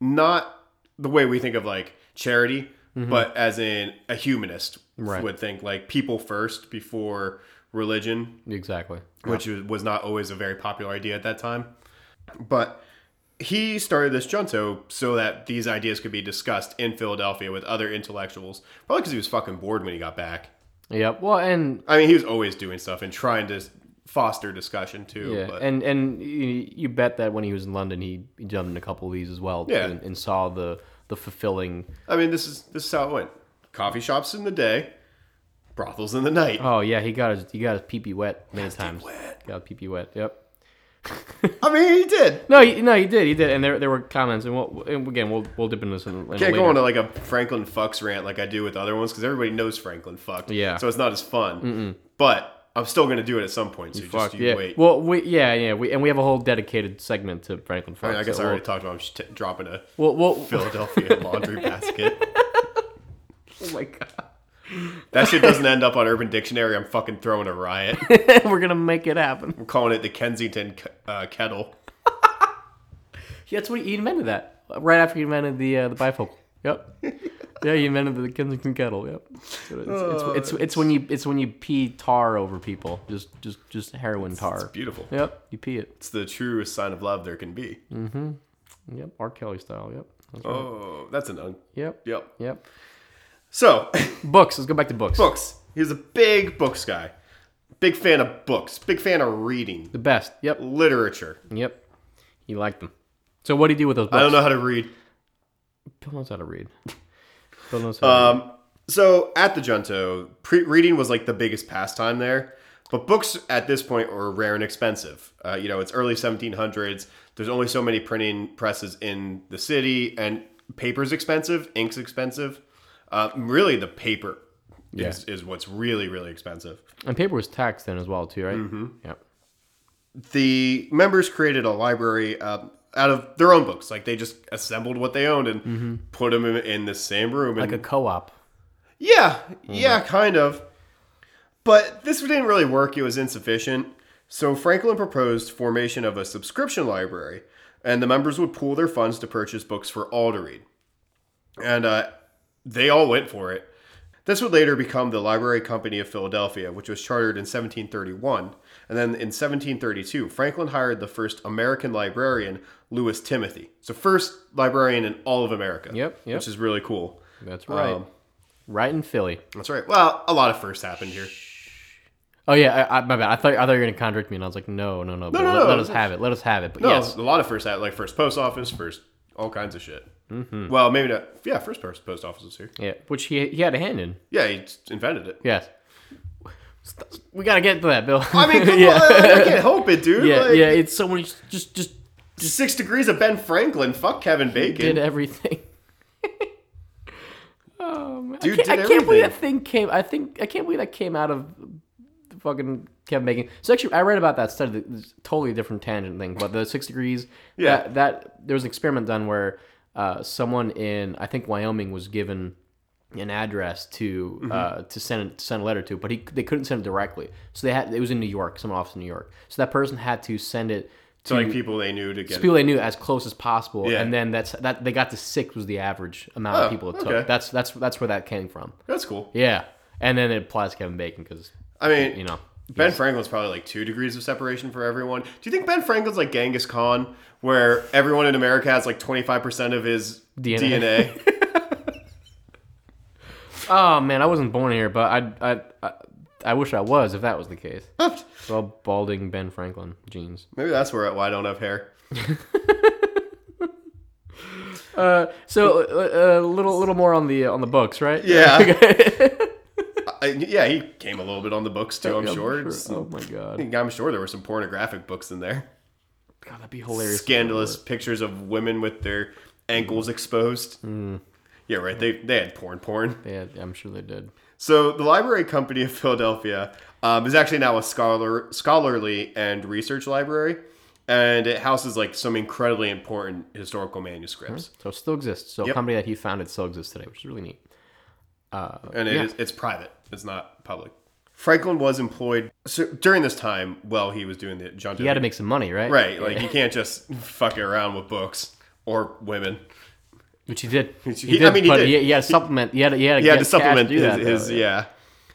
[SPEAKER 1] not the way we think of like charity, but as in a humanist
[SPEAKER 2] Mm-hmm. Right.
[SPEAKER 1] would think like people first before religion,
[SPEAKER 2] exactly.
[SPEAKER 1] which was not always a very popular idea at that time. But he started this junto so that these ideas could be discussed in Philadelphia with other intellectuals, probably because he was fucking bored when he got back.
[SPEAKER 2] Yep. Well, and
[SPEAKER 1] I mean, he was always doing stuff and trying to foster discussion too.
[SPEAKER 2] yeah,
[SPEAKER 1] but
[SPEAKER 2] and and you, you bet that when he was in London, he, he jumped in a couple of these as well,
[SPEAKER 1] Yeah.
[SPEAKER 2] and, and saw the the fulfilling.
[SPEAKER 1] I mean, this is this is how it went: coffee shops in the day, brothels in the night.
[SPEAKER 2] Oh yeah, he got his he got his pee pee wet many times. Got his pee pee wet. Yep.
[SPEAKER 1] I mean, he did.
[SPEAKER 2] No, he, no, he did, he did, and there there were comments, and, we'll, and again, we'll we'll dip into this. In, in
[SPEAKER 1] Can't
[SPEAKER 2] later.
[SPEAKER 1] go on to like a Franklin fucks rant like I do with other ones because everybody knows Franklin fucked.
[SPEAKER 2] Yeah.
[SPEAKER 1] So it's not as fun. But I'm still gonna do it at some point. So
[SPEAKER 2] Fuck
[SPEAKER 1] just you
[SPEAKER 2] yeah.
[SPEAKER 1] wait.
[SPEAKER 2] Well, we yeah yeah we and we have a whole dedicated segment to Franklin
[SPEAKER 1] I,
[SPEAKER 2] Fox.
[SPEAKER 1] mean, I guess
[SPEAKER 2] so
[SPEAKER 1] I already talked about him just t- dropping a
[SPEAKER 2] We'll, we'll, we'll-
[SPEAKER 1] Philadelphia laundry basket.
[SPEAKER 2] oh my god,
[SPEAKER 1] That shit doesn't end up on Urban Dictionary. I'm fucking throwing a riot.
[SPEAKER 2] we're gonna make it happen.
[SPEAKER 1] I'm calling it the Kensington K- uh, kettle.
[SPEAKER 2] Yeah, that's what he invented that right after he invented the uh, the bifocal. Yep. yeah, he invented the Kensington kettle. Yep. It's, it's,
[SPEAKER 1] Oh,
[SPEAKER 2] it's, it's, when you it's when you pee tar over people, just just just heroin
[SPEAKER 1] It's
[SPEAKER 2] tar.
[SPEAKER 1] beautiful.
[SPEAKER 2] Yep, you pee it.
[SPEAKER 1] It's the truest sign of love there can be.
[SPEAKER 2] Yep, R. Kelly style. Yep. That's right.
[SPEAKER 1] Oh, that's an un.
[SPEAKER 2] Yep.
[SPEAKER 1] Yep.
[SPEAKER 2] Yep.
[SPEAKER 1] So
[SPEAKER 2] Books. Let's go back to books.
[SPEAKER 1] books. He was a big books guy. Big fan of books. Big fan of reading.
[SPEAKER 2] The best. Yep.
[SPEAKER 1] Literature.
[SPEAKER 2] Yep. He liked them. So what do you do with those books?
[SPEAKER 1] I don't know how to read.
[SPEAKER 2] Bill knows how to read. Bill knows how to read.
[SPEAKER 1] Um, so at the Junto, pre- reading was like the biggest pastime there. But books at this point were rare and expensive. Uh, you know, it's early 1700s. There's only so many printing presses in the city, and paper's expensive, ink's expensive. Uh, really, the paper is, is what's really, really expensive.
[SPEAKER 2] And paper was taxed then as well, too, right? Mm-hmm. Yeah.
[SPEAKER 1] the members created a library um, out of their own books. Like they just assembled what they owned and put them in, in the same room. And,
[SPEAKER 2] Mm-hmm. Like a co-op.
[SPEAKER 1] yeah, yeah,
[SPEAKER 2] Mm-hmm.
[SPEAKER 1] kind of. But this didn't really work. It was insufficient. So Franklin proposed formation of a subscription library, and the members would pool their funds to purchase books for all to read. And uh, they all went for it. This would later become the Library Company of Philadelphia, which was chartered in 1731. And then in 1732, Franklin hired the first American librarian, Lewis Timothy. So, first librarian in all of America.
[SPEAKER 2] Yep, yep.
[SPEAKER 1] Which is really cool.
[SPEAKER 2] That's right.
[SPEAKER 1] Um,
[SPEAKER 2] right in Philly.
[SPEAKER 1] That's right. Well, a lot of firsts happened here.
[SPEAKER 2] Oh yeah, I, I, my bad. I thought I thought you were gonna contradict me, and I was like, no, no, no. but
[SPEAKER 1] no,
[SPEAKER 2] let,
[SPEAKER 1] no.
[SPEAKER 2] let us have it. Let us have it. But
[SPEAKER 1] No,
[SPEAKER 2] yes,
[SPEAKER 1] a lot of firsts, like first post office, first all kinds of shit. Mm-hmm. Well, maybe not. Yeah, first post post office was here.
[SPEAKER 2] yeah. Which he he had a hand in.
[SPEAKER 1] Yeah, he invented it.
[SPEAKER 2] Yes. We gotta get to that, Bill.
[SPEAKER 1] I mean, come
[SPEAKER 2] yeah.
[SPEAKER 1] on, I, I can't help it, dude.
[SPEAKER 2] yeah,
[SPEAKER 1] Like,
[SPEAKER 2] yeah. It's so many. Just, just
[SPEAKER 1] Six degrees of Ben Franklin. Fuck Kevin
[SPEAKER 2] did
[SPEAKER 1] Bacon.
[SPEAKER 2] everything. oh man,
[SPEAKER 1] Dude
[SPEAKER 2] I can't,
[SPEAKER 1] did
[SPEAKER 2] I can't believe
[SPEAKER 1] everything.
[SPEAKER 2] that thing came. I think I can't believe that came out of the fucking Kevin Bacon. So actually, I read about that study. that- It's a totally different tangent thing, but the six degrees.
[SPEAKER 1] Yeah.
[SPEAKER 2] that, that there was an experiment done where uh, someone in I think Wyoming was given an address to
[SPEAKER 1] Mm-hmm.
[SPEAKER 2] uh, to send send a letter to, but he they couldn't send it directly. So they had it was in New York, some office in New York. So that person had to send it
[SPEAKER 1] To like people they knew to get.
[SPEAKER 2] people they knew as close as possible,
[SPEAKER 1] Yeah.
[SPEAKER 2] and then that's that they got to six was the average amount
[SPEAKER 1] Oh,
[SPEAKER 2] of people it took.
[SPEAKER 1] okay.
[SPEAKER 2] That's that's that's where that came from.
[SPEAKER 1] That's cool.
[SPEAKER 2] Yeah, and then it applies to Kevin Bacon because
[SPEAKER 1] I mean,
[SPEAKER 2] you know
[SPEAKER 1] Ben Franklin's probably like two degrees of separation for everyone. Do you think Ben Franklin's like Genghis Khan, where everyone in America has like 25% of his
[SPEAKER 2] DNA?
[SPEAKER 1] DNA?
[SPEAKER 2] Oh man, I wasn't born here, but I I I, I wish I was if that was the case. well, balding Ben Franklin jeans.
[SPEAKER 1] Maybe that's where why I don't have hair.
[SPEAKER 2] Uh, so a uh, uh, little little more on the on the books, right?
[SPEAKER 1] Yeah.
[SPEAKER 2] Okay.
[SPEAKER 1] I, yeah, he came a little bit on the books too, I'm
[SPEAKER 2] Yeah,
[SPEAKER 1] sure. It's-
[SPEAKER 2] Oh my god,
[SPEAKER 1] I'm sure there were some pornographic books in there.
[SPEAKER 2] god, that'd be hilarious.
[SPEAKER 1] Scandalous pictures of women with their ankles exposed. Yeah, right. They, they had porn porn.
[SPEAKER 2] Yeah, I'm sure they did.
[SPEAKER 1] So the Library Company of Philadelphia um, is actually now a scholar, scholarly and research library, and it houses like some incredibly important historical manuscripts.
[SPEAKER 2] So it still exists. So a company that he founded still exists today, which is really neat.
[SPEAKER 1] and it is
[SPEAKER 2] yeah.
[SPEAKER 1] it's private. It's not public. Franklin was employed so during this time while he was doing the John.
[SPEAKER 2] You got to make some money, right?
[SPEAKER 1] right, like you can't just fuck around with books or women.
[SPEAKER 2] Which he did. He,
[SPEAKER 1] he- I
[SPEAKER 2] did,
[SPEAKER 1] mean, he
[SPEAKER 2] but
[SPEAKER 1] did.
[SPEAKER 2] He, he had to supplement. He had, he had,
[SPEAKER 1] He had to
[SPEAKER 2] get cash
[SPEAKER 1] supplement
[SPEAKER 2] do
[SPEAKER 1] his,
[SPEAKER 2] that, though,
[SPEAKER 1] his
[SPEAKER 2] yeah.
[SPEAKER 1] yeah.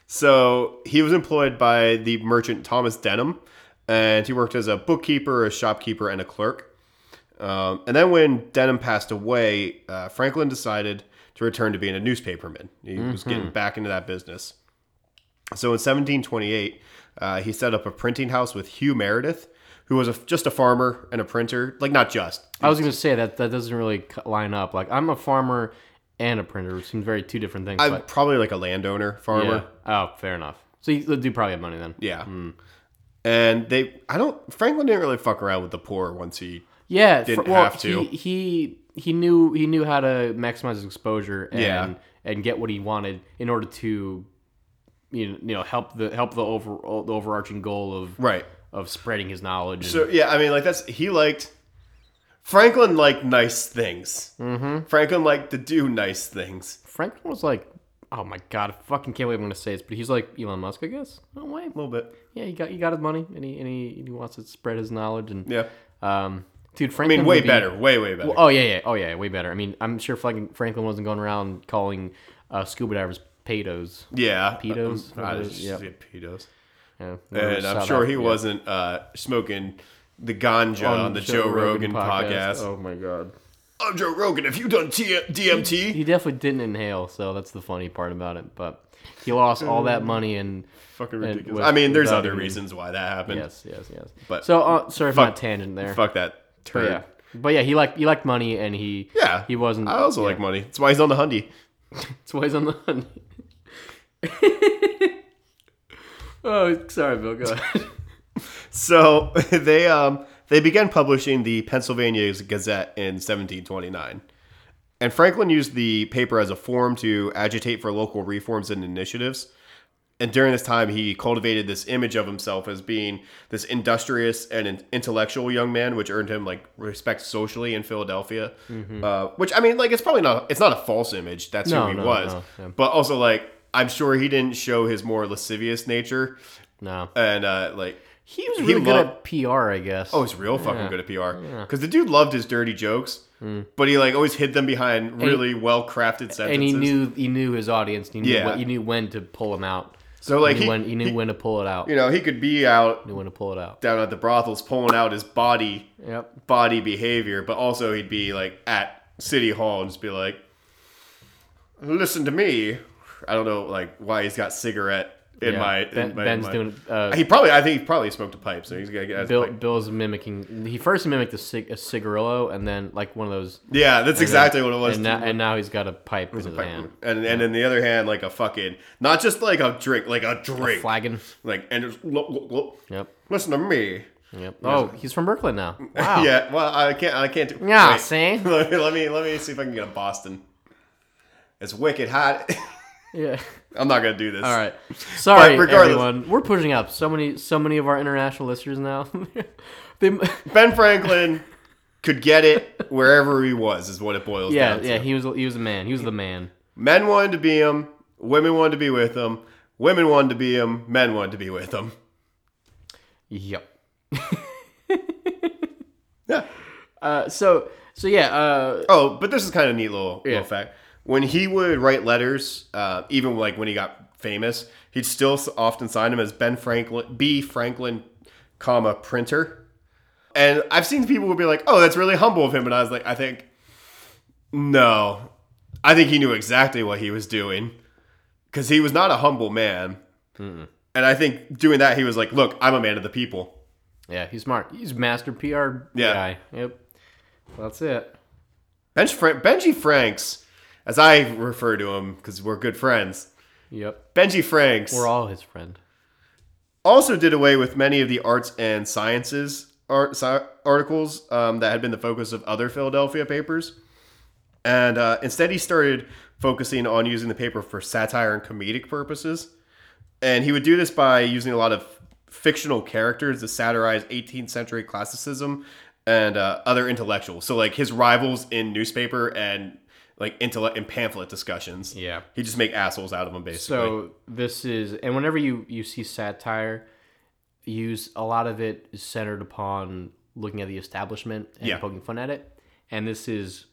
[SPEAKER 1] So he was employed by the merchant Thomas Denham, and he worked as a bookkeeper, a shopkeeper, and a clerk. Um, and then when Denham passed away, uh, Franklin decided to return to being a newspaperman. He was
[SPEAKER 2] Mm-hmm.
[SPEAKER 1] getting back into that business. So in 1728, uh, he set up a printing house with Hugh Meredith, who was a, just a farmer and a printer. Like, not just.
[SPEAKER 2] I was going to say that that doesn't really c- line up. Like I'm a farmer and a printer. It seems very two different things.
[SPEAKER 1] I'm
[SPEAKER 2] but
[SPEAKER 1] probably like a landowner farmer.
[SPEAKER 2] yeah. Oh, fair enough. So you do probably have money then.
[SPEAKER 1] Yeah. And they, I don't, Franklin didn't really fuck around with the poor once he,
[SPEAKER 2] Yeah, fr-
[SPEAKER 1] Didn't
[SPEAKER 2] well,
[SPEAKER 1] have to.
[SPEAKER 2] He, he he knew he knew how to maximize his exposure and
[SPEAKER 1] Yeah.
[SPEAKER 2] and get what he wanted in order to you know, you know help the help the over the overarching goal of
[SPEAKER 1] right.
[SPEAKER 2] of spreading his knowledge. and-
[SPEAKER 1] So, yeah, I mean, like that's, he liked, Franklin liked nice things. Mm-hmm. Franklin liked to do nice things.
[SPEAKER 2] Franklin was like, oh my god, I fucking can't wait. I'm gonna say this, but he's like Elon Musk, I guess. No way.
[SPEAKER 1] A little bit.
[SPEAKER 2] Yeah, he got he got his money, and he and he, and he wants to spread his knowledge and
[SPEAKER 1] Yeah.
[SPEAKER 2] Um, dude,
[SPEAKER 1] I
[SPEAKER 2] Franklin.
[SPEAKER 1] mean, way
[SPEAKER 2] would be-
[SPEAKER 1] better. Way, way better.
[SPEAKER 2] Oh yeah, yeah. Oh yeah, way better. I mean, I'm sure Franklin Franklin wasn't going around calling uh, scuba divers pedos.
[SPEAKER 1] yeah.
[SPEAKER 2] pedos,
[SPEAKER 1] Um, I
[SPEAKER 2] whatever it
[SPEAKER 1] just-
[SPEAKER 2] is, yeah.
[SPEAKER 1] yeah, pedos.
[SPEAKER 2] Yeah,
[SPEAKER 1] And I'm
[SPEAKER 2] South
[SPEAKER 1] sure he
[SPEAKER 2] Africa.
[SPEAKER 1] wasn't uh, smoking the ganja on,
[SPEAKER 2] Um,
[SPEAKER 1] the Joe, Rogan, podcast.
[SPEAKER 2] Oh my god.
[SPEAKER 1] I'm Joe Rogan. Have you done T- DMT?
[SPEAKER 2] He definitely didn't inhale, so that's the funny part about it. But he lost all
[SPEAKER 1] Uh,
[SPEAKER 2] that money and
[SPEAKER 1] Fucking
[SPEAKER 2] and
[SPEAKER 1] ridiculous.
[SPEAKER 2] with-
[SPEAKER 1] I mean, there's
[SPEAKER 2] without
[SPEAKER 1] other
[SPEAKER 2] even-
[SPEAKER 1] reasons why that happened.
[SPEAKER 2] yes, yes, yes.
[SPEAKER 1] But-
[SPEAKER 2] so uh, sorry for my
[SPEAKER 1] fuck-
[SPEAKER 2] tangent there.
[SPEAKER 1] Fuck that
[SPEAKER 2] But
[SPEAKER 1] turd.
[SPEAKER 2] yeah, but yeah, he liked he liked money and he
[SPEAKER 1] Yeah.
[SPEAKER 2] he wasn't.
[SPEAKER 1] I also
[SPEAKER 2] yeah,
[SPEAKER 1] like money. That's why he's on the Hyundai.
[SPEAKER 2] That's why he's on the hunt. oh, sorry, Bill. Go ahead.
[SPEAKER 1] So they um they began publishing the Pennsylvania Gazette in 1729. And Franklin used the paper as a forum to agitate for local reforms and initiatives. And during this time, he cultivated this image of himself as being this industrious and in- intellectual young man, which earned him like respect socially in Philadelphia. Uh, which I mean, like it's probably not it's not a false image. That's
[SPEAKER 2] Mm-hmm. No,
[SPEAKER 1] who he
[SPEAKER 2] no,
[SPEAKER 1] was,
[SPEAKER 2] no, yeah.
[SPEAKER 1] but also like I'm sure he didn't show his more lascivious nature
[SPEAKER 2] no,
[SPEAKER 1] and uh, like
[SPEAKER 2] he was
[SPEAKER 1] He
[SPEAKER 2] really good
[SPEAKER 1] loved-
[SPEAKER 2] at PR, I guess.
[SPEAKER 1] Oh, he's real fucking good at PR. Because the dude loved his dirty jokes, but he like always hid them behind really well crafted sentences.
[SPEAKER 2] Hmm. and he knew he knew his audience. He knew
[SPEAKER 1] Yeah.
[SPEAKER 2] what, he knew when to pull him out.
[SPEAKER 1] So, like,
[SPEAKER 2] he knew,
[SPEAKER 1] he-
[SPEAKER 2] when, he knew when to pull it out.
[SPEAKER 1] you know, he could be out
[SPEAKER 2] knew when to pull it out.
[SPEAKER 1] down at the brothels pulling out his body
[SPEAKER 2] Yep.
[SPEAKER 1] body behavior, but also he'd be like at city hall and just be like, "Listen to me." I don't know like why he's got cigarette in
[SPEAKER 2] Yeah.
[SPEAKER 1] my. in
[SPEAKER 2] Ben-
[SPEAKER 1] my-
[SPEAKER 2] Ben's
[SPEAKER 1] my-
[SPEAKER 2] doing. Uh,
[SPEAKER 1] He probably. I think he probably smoked a pipe. So he's got. has a
[SPEAKER 2] Bill,
[SPEAKER 1] pipe.
[SPEAKER 2] Bill's mimicking. He first mimicked a, cig- a cigarillo, and then like one of those.
[SPEAKER 1] Yeah, that's exactly what it was.
[SPEAKER 2] And now, and now he's got a pipe in his hand,
[SPEAKER 1] and and on the other hand, like a fucking not just like a drink, like a drink,
[SPEAKER 2] flagon.
[SPEAKER 1] like and just look, look, look.
[SPEAKER 2] Yep.
[SPEAKER 1] listen to me.
[SPEAKER 2] Yep. Oh, he's from Brooklyn now. Wow.
[SPEAKER 1] Yeah, well, I can't, I can't do.
[SPEAKER 2] Yeah,
[SPEAKER 1] wait.
[SPEAKER 2] see?
[SPEAKER 1] Let me, let me, let me see if I can get a Boston. It's wicked hot.
[SPEAKER 2] Yeah.
[SPEAKER 1] I'm not gonna do this.
[SPEAKER 2] All right. Sorry,
[SPEAKER 1] regardless-
[SPEAKER 2] everyone. We're pushing up so many, so many of our international listeners now. they,
[SPEAKER 1] Ben Franklin could get it wherever he was, is what it boils
[SPEAKER 2] yeah,
[SPEAKER 1] down to.
[SPEAKER 2] yeah. He was, he was a man. He was the man.
[SPEAKER 1] Men wanted to be him. Women wanted to be with him. Women wanted to be him. Men wanted to be with him.
[SPEAKER 2] Yep.
[SPEAKER 1] Yeah.
[SPEAKER 2] Uh, so, so yeah. Uh,
[SPEAKER 1] Oh, but this is kind of a neat little,
[SPEAKER 2] Yeah.
[SPEAKER 1] little fact. When he would write letters, uh, even like when he got famous, he'd still s- often sign them as Ben Franklin, B Franklin, comma printer. And I've seen people who would be like, "Oh, that's really humble of him," and I was like, "I think, no, I think he knew exactly what he was doing, because he was not a humble man." And I think doing that, he was like, "Look, I'm a man of the people."
[SPEAKER 2] yeah, he's smart. He's master PR
[SPEAKER 1] Yeah.
[SPEAKER 2] guy. Yep. That's it.
[SPEAKER 1] Benj Fra- Benji Franks, as I refer to him, because we're good friends.
[SPEAKER 2] Yep.
[SPEAKER 1] Benji Franks
[SPEAKER 2] We're all his friend.
[SPEAKER 1] also did away with many of the arts and sciences art, sci- articles um, that had been the focus of other Philadelphia papers. And uh, instead, he started focusing on using the paper for satire and comedic purposes. And he would do this by using a lot of fictional characters to satirize 18th century classicism and uh, other intellectuals. So, like his rivals in newspaper and like intellect and pamphlet discussions.
[SPEAKER 2] Yeah.
[SPEAKER 1] He'd just make assholes out of them, basically.
[SPEAKER 2] So this is, and whenever you you see satire, use a lot of it is centered upon looking at the establishment and
[SPEAKER 1] Yeah.
[SPEAKER 2] poking fun at it. And this is,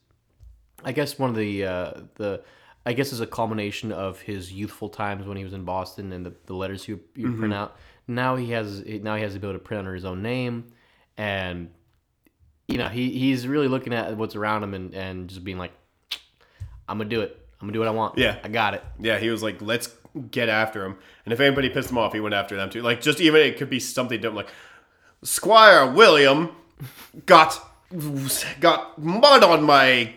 [SPEAKER 2] I guess, one of the uh, the I guess is a culmination of his youthful times when he was in Boston and the, the letters he would, he would
[SPEAKER 1] Mm-hmm.
[SPEAKER 2] print out. Now he has now he has the ability to print under his own name, and you know he, he's really looking at what's around him and, and just being like, I'm gonna do it. I'm gonna do what I want.
[SPEAKER 1] Yeah.
[SPEAKER 2] I got it.
[SPEAKER 1] Yeah, he was like, let's get after him. And if anybody pissed him off, he went after them too. Like, just even it could be something dumb, like Squire William got got mud on my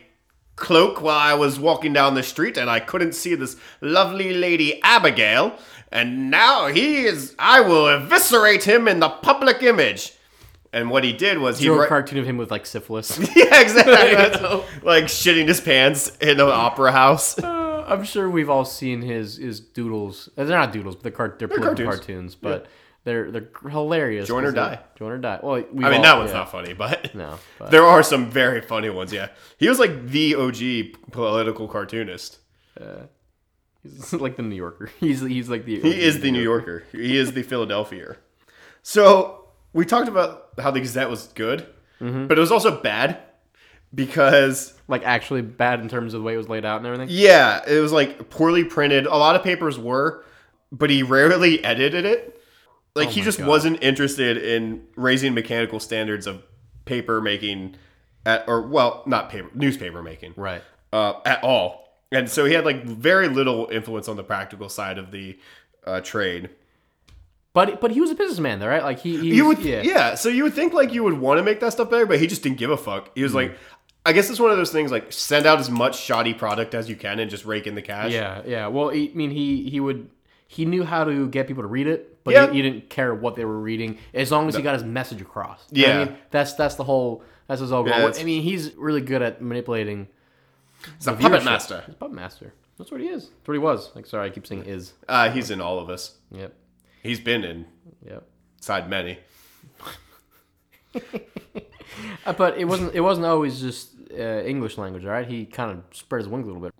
[SPEAKER 1] cloak while I was walking down the street, and I couldn't see this lovely lady Abigail. And now he is. I will eviscerate him in the public image. And what he did was he
[SPEAKER 2] Drew a
[SPEAKER 1] wrote-
[SPEAKER 2] cartoon of him with like syphilis.
[SPEAKER 1] yeah, exactly. like shitting his pants in an opera house.
[SPEAKER 2] Uh, I'm sure we've all seen his his doodles. Uh, They're not doodles, but they're, car- they're, political
[SPEAKER 1] cartoons.
[SPEAKER 2] cartoons. but they're they're hilarious.
[SPEAKER 1] Join or
[SPEAKER 2] 'cause they're-
[SPEAKER 1] die.
[SPEAKER 2] Join or die. Well, we
[SPEAKER 1] I mean,
[SPEAKER 2] all-
[SPEAKER 1] that one's
[SPEAKER 2] yeah.
[SPEAKER 1] not funny, but
[SPEAKER 2] No, but-
[SPEAKER 1] there are some very funny ones. Yeah, he was like the OG political cartoonist.
[SPEAKER 2] He's like the New Yorker. He's he's like the
[SPEAKER 1] He is the New Yorker. He is the Philadelphia. So we talked about how the Gazette was good, but it was also bad because
[SPEAKER 2] like actually bad in terms of the way it was laid out and everything.
[SPEAKER 1] yeah, it was like poorly printed. A lot of papers were, but he rarely edited it. Like he just wasn't interested in raising mechanical standards of paper making, at, or well, not paper newspaper making.
[SPEAKER 2] Right.
[SPEAKER 1] uh, at all. And so he had like very little influence on the practical side of the uh, trade.
[SPEAKER 2] But but he was a businessman, though, right? Like he, he
[SPEAKER 1] You
[SPEAKER 2] was-
[SPEAKER 1] would, yeah. So you would think like you would want to make that stuff better, but he just didn't give a fuck. He was
[SPEAKER 2] Mm-hmm.
[SPEAKER 1] like, I guess it's one of those things like send out as much shoddy product as you can and just rake in the cash.
[SPEAKER 2] Yeah, yeah. Well, he, I mean, he he would he knew how to get people to read it, but
[SPEAKER 1] Yeah.
[SPEAKER 2] he, he didn't care what they were reading as long as he got his message across. You know what I
[SPEAKER 1] Yeah.
[SPEAKER 2] mean? that's that's the whole that's his whole goal.
[SPEAKER 1] Yeah, it's-
[SPEAKER 2] I mean, he's really good at manipulating.
[SPEAKER 1] It's a puppet
[SPEAKER 2] viewership.
[SPEAKER 1] master.
[SPEAKER 2] He's a puppet master. That's what he is. That's what he was. Like, sorry, I keep saying is.
[SPEAKER 1] Uh, he's in all of us.
[SPEAKER 2] Yep,
[SPEAKER 1] He's been in
[SPEAKER 2] yep.
[SPEAKER 1] side many.
[SPEAKER 2] Uh, But it wasn't it wasn't always just uh, English language, all right? He kind of spread his wings a little bit.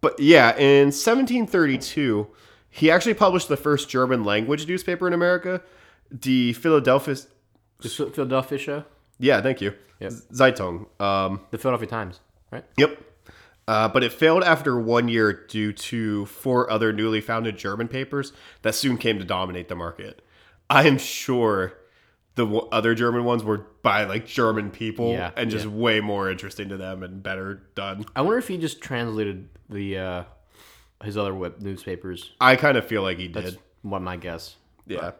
[SPEAKER 1] But yeah, in 1732, he actually published the first German language newspaper in America, the Philadelphia.
[SPEAKER 2] The Phil- Philadelphia show,
[SPEAKER 1] Yeah, thank you.
[SPEAKER 2] Yep.
[SPEAKER 1] Zeitung. Um,
[SPEAKER 2] the Philadelphia Times, right?
[SPEAKER 1] Yep. Uh, but it failed after one year due to four other newly founded German papers that soon came to dominate the market. I am sure the w- other German ones were by like German people
[SPEAKER 2] Yeah,
[SPEAKER 1] and just way more interesting to them and better done.
[SPEAKER 2] I wonder if he just translated the uh, his other web newspapers
[SPEAKER 1] I kind of feel like he did.
[SPEAKER 2] what my guess.
[SPEAKER 1] Yeah.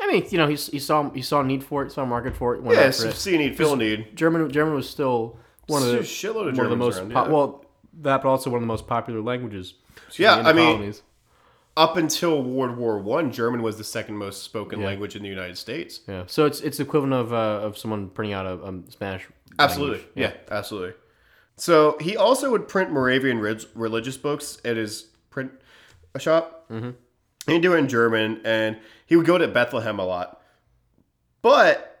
[SPEAKER 2] I mean, you know, he, s- he saw he saw a need for it, saw a market for it. Went
[SPEAKER 1] Yeah,
[SPEAKER 2] after
[SPEAKER 1] so
[SPEAKER 2] it.
[SPEAKER 1] see need, feel need.
[SPEAKER 2] German German was still one of the
[SPEAKER 1] There's a shitload of
[SPEAKER 2] one of the
[SPEAKER 1] Germans
[SPEAKER 2] most
[SPEAKER 1] around,
[SPEAKER 2] po-
[SPEAKER 1] yeah.
[SPEAKER 2] well that, but also one of the most popular languages. excuse
[SPEAKER 1] Yeah,
[SPEAKER 2] me, in the
[SPEAKER 1] I mean-
[SPEAKER 2] colonies.
[SPEAKER 1] Up until World War One, German was the second most spoken language in the United States.
[SPEAKER 2] yeah. So it's it's equivalent of uh, of someone printing out a, a Spanish.
[SPEAKER 1] Absolutely.
[SPEAKER 2] language.
[SPEAKER 1] Yeah. absolutely. So he also would print Moravian rig- religious books at his print shop. Mm-hmm. He'd do it in German, and he would go to Bethlehem a lot. But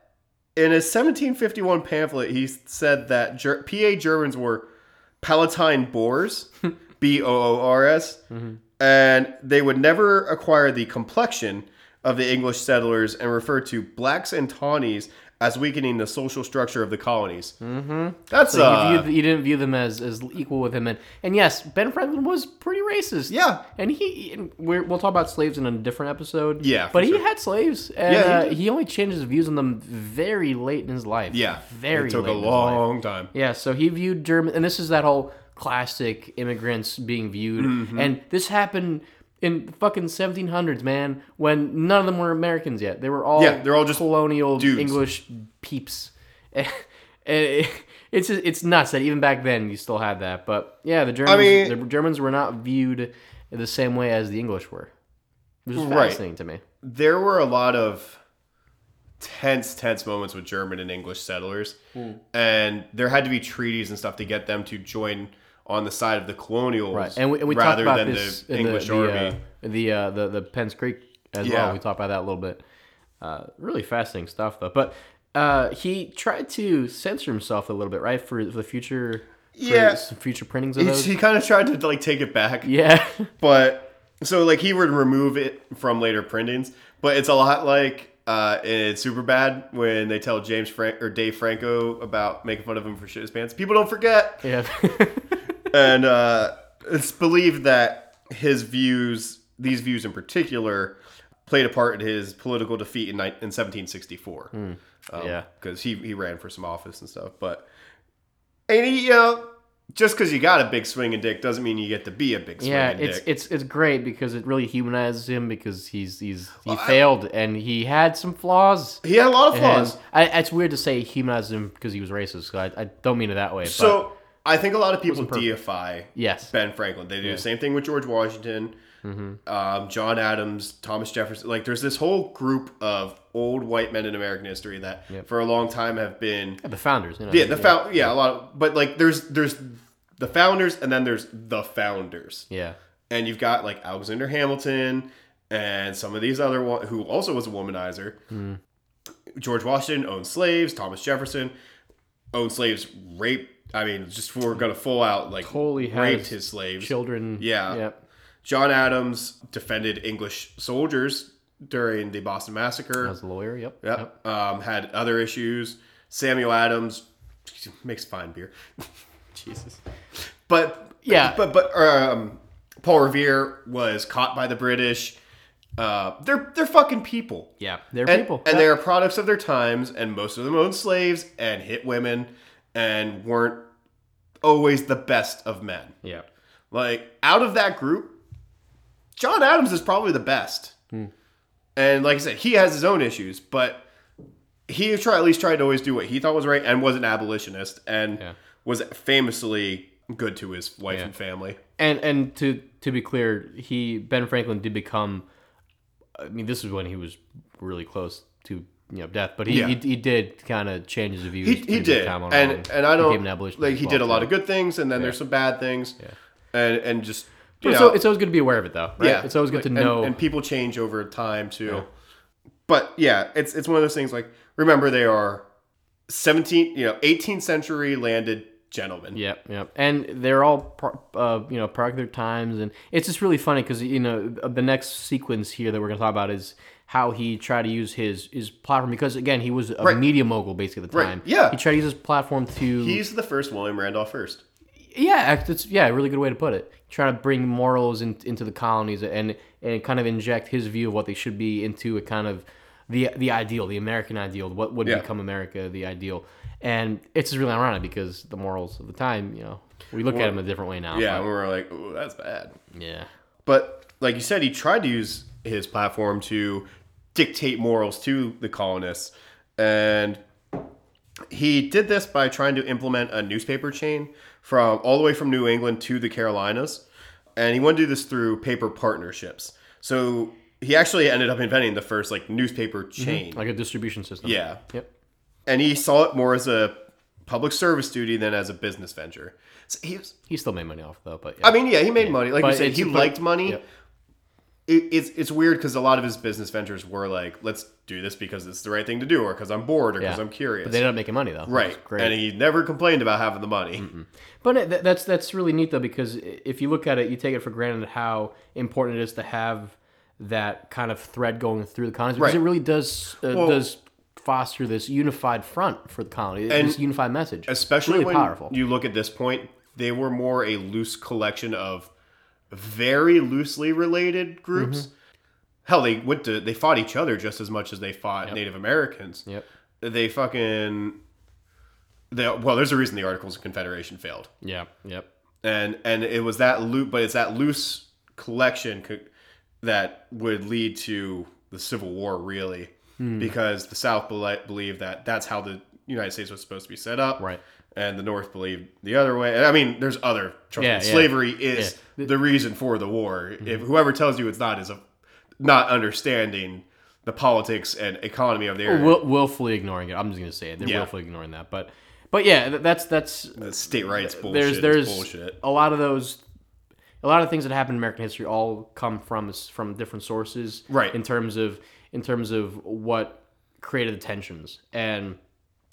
[SPEAKER 1] in his 1751 pamphlet, he said that Ger- PA Germans were Palatine boors, B O O R S, and they would never acquire the complexion of the English settlers and refer to blacks and tawnies as weakening the social structure of the colonies. Mm-hmm. That's
[SPEAKER 2] You,
[SPEAKER 1] uh,
[SPEAKER 2] viewed- you didn't view them as, as equal with him, and and yes, Ben Franklin was pretty racist.
[SPEAKER 1] yeah,
[SPEAKER 2] and he and we're, we'll talk about slaves in a different episode.
[SPEAKER 1] Yeah, for
[SPEAKER 2] but he
[SPEAKER 1] sure.
[SPEAKER 2] had slaves, and
[SPEAKER 1] Yeah, he
[SPEAKER 2] uh,
[SPEAKER 1] did.
[SPEAKER 2] he only changed his views on them very late in his life.
[SPEAKER 1] yeah.
[SPEAKER 2] very.
[SPEAKER 1] It took
[SPEAKER 2] late
[SPEAKER 1] a
[SPEAKER 2] in his life.
[SPEAKER 1] long time.
[SPEAKER 2] Yeah, so he viewed German, and this is that whole classic immigrants being viewed,
[SPEAKER 1] Mm-hmm.
[SPEAKER 2] and this happened in the fucking 1700s, man, when none of them were Americans yet. They were all
[SPEAKER 1] Yeah, they're all just
[SPEAKER 2] colonial
[SPEAKER 1] dudes.
[SPEAKER 2] English peeps. and it, it's it's nuts that even back then you still had that, but yeah, the Germans
[SPEAKER 1] mean-
[SPEAKER 2] the Germans were not viewed the same way as the English were. Which is
[SPEAKER 1] Right.
[SPEAKER 2] fascinating to me.
[SPEAKER 1] there were a lot of tense, tense moments with German and English settlers,
[SPEAKER 2] Hmm.
[SPEAKER 1] and there had to be treaties and stuff to get them to join on the side of the colonials,
[SPEAKER 2] Right, and we, and we talked
[SPEAKER 1] rather
[SPEAKER 2] about
[SPEAKER 1] than
[SPEAKER 2] this
[SPEAKER 1] the
[SPEAKER 2] in
[SPEAKER 1] English
[SPEAKER 2] the,
[SPEAKER 1] army.
[SPEAKER 2] The, uh, the uh, the the Penn's Creek as well.
[SPEAKER 1] Yeah.
[SPEAKER 2] We talked about that a little bit. Uh, really fascinating stuff, though. But uh, he tried to censor himself a little bit, right, for, for the future. for
[SPEAKER 1] Yeah.
[SPEAKER 2] some future printings of
[SPEAKER 1] It's-
[SPEAKER 2] those.
[SPEAKER 1] he kind of tried to like take it back,
[SPEAKER 2] Yeah,
[SPEAKER 1] but so like he would remove it from later printings. But it's a lot like uh, in Superbad when they tell James Frank or Dave Franco about making fun of him for shit his pants. People don't forget.
[SPEAKER 2] yeah.
[SPEAKER 1] and uh, it's believed that his views, these views in particular, played a part in his political defeat in, ni- in 1764.
[SPEAKER 2] Hmm. Yeah.
[SPEAKER 1] because he he ran for some office and stuff. But and he, you know, just because you got a big swinging dick doesn't mean you get to be a big swinging
[SPEAKER 2] yeah, it's
[SPEAKER 1] dick.
[SPEAKER 2] it's it's great because it really humanizes him because he's he's he failed and he had some flaws.
[SPEAKER 1] he had a lot of
[SPEAKER 2] And
[SPEAKER 1] flaws.
[SPEAKER 2] I, it's weird to say humanized him because he was racist. 'cause I, I don't mean it that way. but
[SPEAKER 1] So I think a lot of people deify
[SPEAKER 2] yes,
[SPEAKER 1] Ben Franklin. They do the same thing with George Washington, um, John Adams, Thomas Jefferson. Like, there's this whole group of old white men in American history that, for a long time, have been
[SPEAKER 2] the founders. You know,
[SPEAKER 1] yeah the found yeah a lot of but like there's there's the founders and then there's the founders
[SPEAKER 2] yeah.
[SPEAKER 1] and you've got like Alexander Hamilton and some of these other one who also was a womanizer. George Washington owned slaves. Thomas Jefferson owned slaves. Rape. I mean, just we're gonna full out like
[SPEAKER 2] Totally had
[SPEAKER 1] raped
[SPEAKER 2] his
[SPEAKER 1] his slaves.
[SPEAKER 2] children.
[SPEAKER 1] Yeah.
[SPEAKER 2] Yep.
[SPEAKER 1] John Adams defended English soldiers during the Boston Massacre.
[SPEAKER 2] As a lawyer. Yep.
[SPEAKER 1] Yep. Um, had other issues. Samuel Adams makes fine beer. Jesus. But
[SPEAKER 2] Yeah.
[SPEAKER 1] But but um, Paul Revere was caught by the British. Uh, they're they're fucking people.
[SPEAKER 2] Yeah. They're
[SPEAKER 1] And,
[SPEAKER 2] people.
[SPEAKER 1] and
[SPEAKER 2] Yeah.
[SPEAKER 1] they are products of their times, and most of them owned slaves and hit women, and weren't always the best of men.
[SPEAKER 2] Yeah.
[SPEAKER 1] Like out of that group, John Adams is probably the best.
[SPEAKER 2] Hmm.
[SPEAKER 1] And like I said, he has his own issues, but he tried at least tried to always do what he thought was right and was an abolitionist and
[SPEAKER 2] Yeah.
[SPEAKER 1] was famously good to his wife and family.
[SPEAKER 2] And and to to be clear, he Ben Franklin did become. I mean, this is when he was really close to you know death, but he
[SPEAKER 1] Yeah.
[SPEAKER 2] he, he did kind of change his views.
[SPEAKER 1] He,
[SPEAKER 2] pretty
[SPEAKER 1] he
[SPEAKER 2] big
[SPEAKER 1] did,
[SPEAKER 2] time on all of
[SPEAKER 1] and
[SPEAKER 2] them.
[SPEAKER 1] and I don't
[SPEAKER 2] Became an abolitionist
[SPEAKER 1] like he
[SPEAKER 2] as
[SPEAKER 1] did a
[SPEAKER 2] well,
[SPEAKER 1] lot
[SPEAKER 2] too.
[SPEAKER 1] of good things, and then there's some bad things, and and just you
[SPEAKER 2] But
[SPEAKER 1] know,
[SPEAKER 2] so it's always good to be aware of it, though. Right?
[SPEAKER 1] Yeah,
[SPEAKER 2] It's always good
[SPEAKER 1] like-
[SPEAKER 2] to
[SPEAKER 1] and-
[SPEAKER 2] know.
[SPEAKER 1] And, people change over time too. But yeah, it's it's one of those things. Like remember, they are seventeen, you know, eighteenth century landed gentlemen.
[SPEAKER 2] Yep, yep. And they're all, pro- uh, you know, product of their times. And it's just really funny because, you know, uh, the next sequence here that we're going to talk about is how he tried to use his, his platform because, again, he was a media mogul basically at the
[SPEAKER 1] Right,
[SPEAKER 2] time.
[SPEAKER 1] yeah.
[SPEAKER 2] He tried to use his platform to.
[SPEAKER 1] He's the first William Randolph first.
[SPEAKER 2] yeah, act- it's, yeah, a really good way to put it. Trying to bring morals in, into the colonies and, and kind of inject his view of what they should be into a kind of the the ideal, the American ideal, what would
[SPEAKER 1] Yeah.
[SPEAKER 2] become America, the ideal. And it's just really ironic because the morals of the time, you know, we look at them a different way now.
[SPEAKER 1] Yeah, and we were like, oh, that's bad.
[SPEAKER 2] Yeah.
[SPEAKER 1] But like you said, he tried to use his platform to dictate morals to the colonists. And he did this by trying to implement a newspaper chain from all the way from New England to the Carolinas. And he wanted to do this through paper partnerships. So he actually ended up inventing the first like newspaper chain.
[SPEAKER 2] like a distribution system.
[SPEAKER 1] Yeah.
[SPEAKER 2] Yep.
[SPEAKER 1] And he saw it more as a public service duty than as a business venture. So he was,
[SPEAKER 2] He still made money off though, but yeah.
[SPEAKER 1] I mean, yeah, he made money. Like
[SPEAKER 2] But
[SPEAKER 1] you said,
[SPEAKER 2] it's-
[SPEAKER 1] he
[SPEAKER 2] but-
[SPEAKER 1] liked money.
[SPEAKER 2] yep.
[SPEAKER 1] It, it's it's weird because a lot of his business ventures were like, let's do this because it's the right thing to do, or because I'm bored, or because
[SPEAKER 2] Yeah.
[SPEAKER 1] I'm curious.
[SPEAKER 2] but they ended up making money though. which is
[SPEAKER 1] right.
[SPEAKER 2] Great.
[SPEAKER 1] And he never complained about having the money.
[SPEAKER 2] But it- th- that's that's really neat though because i- if you look at it, you take it for granted how important it is to have that kind of thread going through the colonies because
[SPEAKER 1] Right.
[SPEAKER 2] it really does uh,
[SPEAKER 1] Well-
[SPEAKER 2] does foster this unified front for the colony, this unified message,
[SPEAKER 1] Especially
[SPEAKER 2] really
[SPEAKER 1] when
[SPEAKER 2] powerful.
[SPEAKER 1] you look at this point, they were more a loose collection of very loosely related groups.
[SPEAKER 2] Mm-hmm.
[SPEAKER 1] Hell, they went to they fought each other just as much as they fought Native Americans.
[SPEAKER 2] yep.
[SPEAKER 1] They fucking they, well, there's a reason the Articles of Confederation failed.
[SPEAKER 2] Yep. Yep.
[SPEAKER 1] and and it was that loop but it's that loose collection co- that would lead to the civil war really
[SPEAKER 2] Hmm.
[SPEAKER 1] because the south bel- believed that that's how the united states was supposed to be set up
[SPEAKER 2] Right.
[SPEAKER 1] and the north believed the other way and i mean there's other trust
[SPEAKER 2] Yeah,
[SPEAKER 1] me,
[SPEAKER 2] yeah. Mm-hmm.
[SPEAKER 1] slavery is the reason for the war if whoever tells you it's not is a, not understanding the politics and economy of the area
[SPEAKER 2] Will, willfully ignoring it. I'm just gonna say it. They're
[SPEAKER 1] Yeah.
[SPEAKER 2] willfully ignoring that. But but yeah, th- that's that's
[SPEAKER 1] the state rights bullshit
[SPEAKER 2] there's
[SPEAKER 1] is
[SPEAKER 2] uh, there's
[SPEAKER 1] bullshit
[SPEAKER 2] a lot of those a lot of things that happen in American history all come from s- from different sources
[SPEAKER 1] Right.
[SPEAKER 2] in terms of in terms of what created the tensions and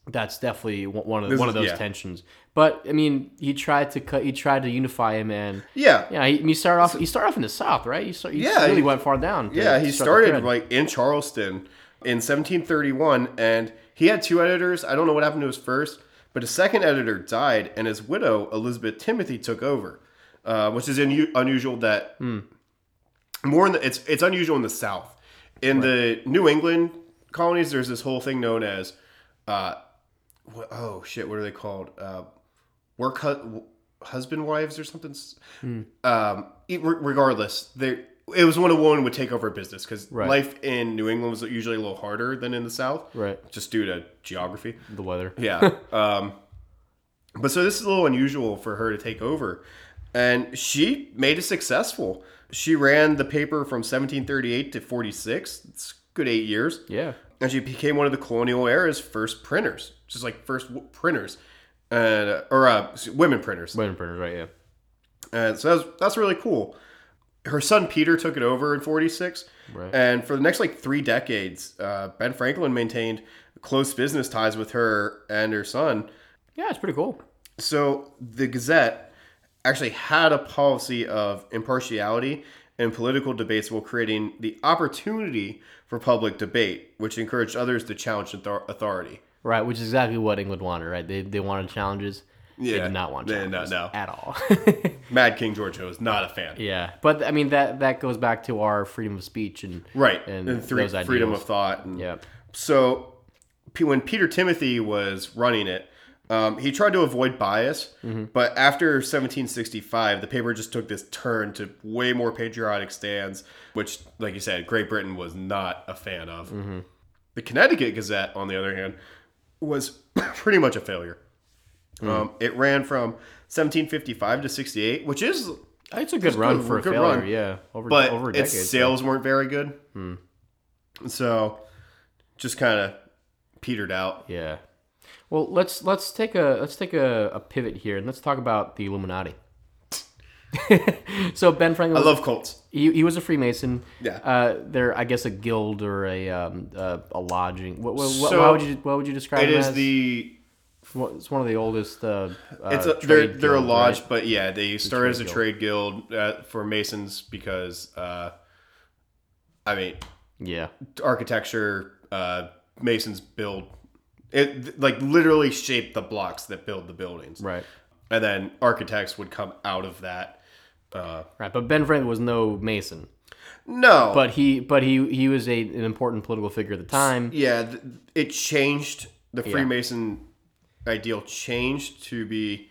[SPEAKER 2] that's definitely one one of one
[SPEAKER 1] is-
[SPEAKER 2] of those
[SPEAKER 1] yeah.
[SPEAKER 2] tensions but i mean he tried to cut he tried to unify him and
[SPEAKER 1] yeah
[SPEAKER 2] yeah he, you start off you start off in the south right you start you
[SPEAKER 1] Yeah,
[SPEAKER 2] really
[SPEAKER 1] he-
[SPEAKER 2] went far down to
[SPEAKER 1] Yeah, he
[SPEAKER 2] start the
[SPEAKER 1] started
[SPEAKER 2] thread.
[SPEAKER 1] like in Charleston in 1731, and he had two editors. I don't know what happened to his first, but his second editor died, and his widow Elizabeth Timothy took over, uh, which is inu- unusual. That
[SPEAKER 2] Hmm.
[SPEAKER 1] more in the it's it's unusual in the South. In the New England colonies, there's this whole thing known as, uh, wh- oh shit, what are they called? Uh, work hu- husband wives or something. S-
[SPEAKER 2] Hmm.
[SPEAKER 1] Um, it- re- regardless, there it was when a woman would take over a business because
[SPEAKER 2] Right.
[SPEAKER 1] life in New England was usually a little harder than in the South,
[SPEAKER 2] right
[SPEAKER 1] just due to geography.
[SPEAKER 2] the weather
[SPEAKER 1] Yeah. um, but so this is a little unusual for her to take over, and she made it successful. She ran the paper from 1738 to 46. It's a good eight years
[SPEAKER 2] yeah
[SPEAKER 1] and she became one of the colonial era's first printers, just like first w- printers, and uh, or uh, women printers.
[SPEAKER 2] weather printers right yeah
[SPEAKER 1] And so that's that's really cool. Her son Peter took it over in '46,
[SPEAKER 2] Right.
[SPEAKER 1] and for the next like three decades, uh, Ben Franklin maintained close business ties with her and her son.
[SPEAKER 2] yeah it's pretty cool
[SPEAKER 1] So the Gazette actually had a policy of impartiality in political debates while creating the opportunity for public debate, which encouraged others to challenge author- authority.
[SPEAKER 2] Right, which is exactly what England wanted, right? They, they wanted challenges. they
[SPEAKER 1] Yeah.
[SPEAKER 2] did not want
[SPEAKER 1] They did
[SPEAKER 2] challenges
[SPEAKER 1] not, no.
[SPEAKER 2] at all.
[SPEAKER 1] Mad King George was not a fan.
[SPEAKER 2] yeah, but I mean that that goes back to our freedom of speech and
[SPEAKER 1] Right.
[SPEAKER 2] and,
[SPEAKER 1] And, three,
[SPEAKER 2] those ideas.
[SPEAKER 1] freedom of thought. And
[SPEAKER 2] yeah,
[SPEAKER 1] So P- when Peter Timothy was running it, um, he tried to avoid bias,
[SPEAKER 2] Mm-hmm.
[SPEAKER 1] but after 1765, the paper just took this turn to way more patriotic stands, which, like you said, Great Britain was not a fan of.
[SPEAKER 2] Mm-hmm.
[SPEAKER 1] The Connecticut Gazette, on the other hand, was pretty much a failure.
[SPEAKER 2] Mm-hmm.
[SPEAKER 1] Um, it ran from 1755 to 68, which is,
[SPEAKER 2] it's a good run
[SPEAKER 1] good-
[SPEAKER 2] for a
[SPEAKER 1] good
[SPEAKER 2] failure.
[SPEAKER 1] run.
[SPEAKER 2] Yeah, over
[SPEAKER 1] but
[SPEAKER 2] over a
[SPEAKER 1] its
[SPEAKER 2] decade. Hmm.
[SPEAKER 1] sales weren't very good. So just kind of petered out.
[SPEAKER 2] yeah. Well, let's let's take a let's take a, a pivot here and let's talk about the Illuminati. so Ben Franklin,
[SPEAKER 1] I
[SPEAKER 2] was,
[SPEAKER 1] love Colts.
[SPEAKER 2] he, he was a Freemason.
[SPEAKER 1] Yeah.
[SPEAKER 2] uh, they're I guess a guild or a um, uh, a lodging. What, what, what,
[SPEAKER 1] So,
[SPEAKER 2] how would you what would you describe
[SPEAKER 1] It
[SPEAKER 2] them
[SPEAKER 1] is
[SPEAKER 2] as?
[SPEAKER 1] the
[SPEAKER 2] Well, it's one of the oldest. Uh, uh,
[SPEAKER 1] it's a, they're
[SPEAKER 2] trade
[SPEAKER 1] they're a
[SPEAKER 2] guilds,
[SPEAKER 1] lodge,
[SPEAKER 2] right?
[SPEAKER 1] but yeah, they started as a
[SPEAKER 2] trade
[SPEAKER 1] trade guild uh, for masons because uh, I mean
[SPEAKER 2] Yeah,
[SPEAKER 1] architecture uh, masons build it like literally shape the blocks that build the buildings,
[SPEAKER 2] right,
[SPEAKER 1] and then architects would come out of that. Uh,
[SPEAKER 2] right. But Ben Franklin was no Mason,
[SPEAKER 1] no,
[SPEAKER 2] but he but he he was a an important political figure at the time.
[SPEAKER 1] Yeah, th- it changed. The Freemason ideal changed to be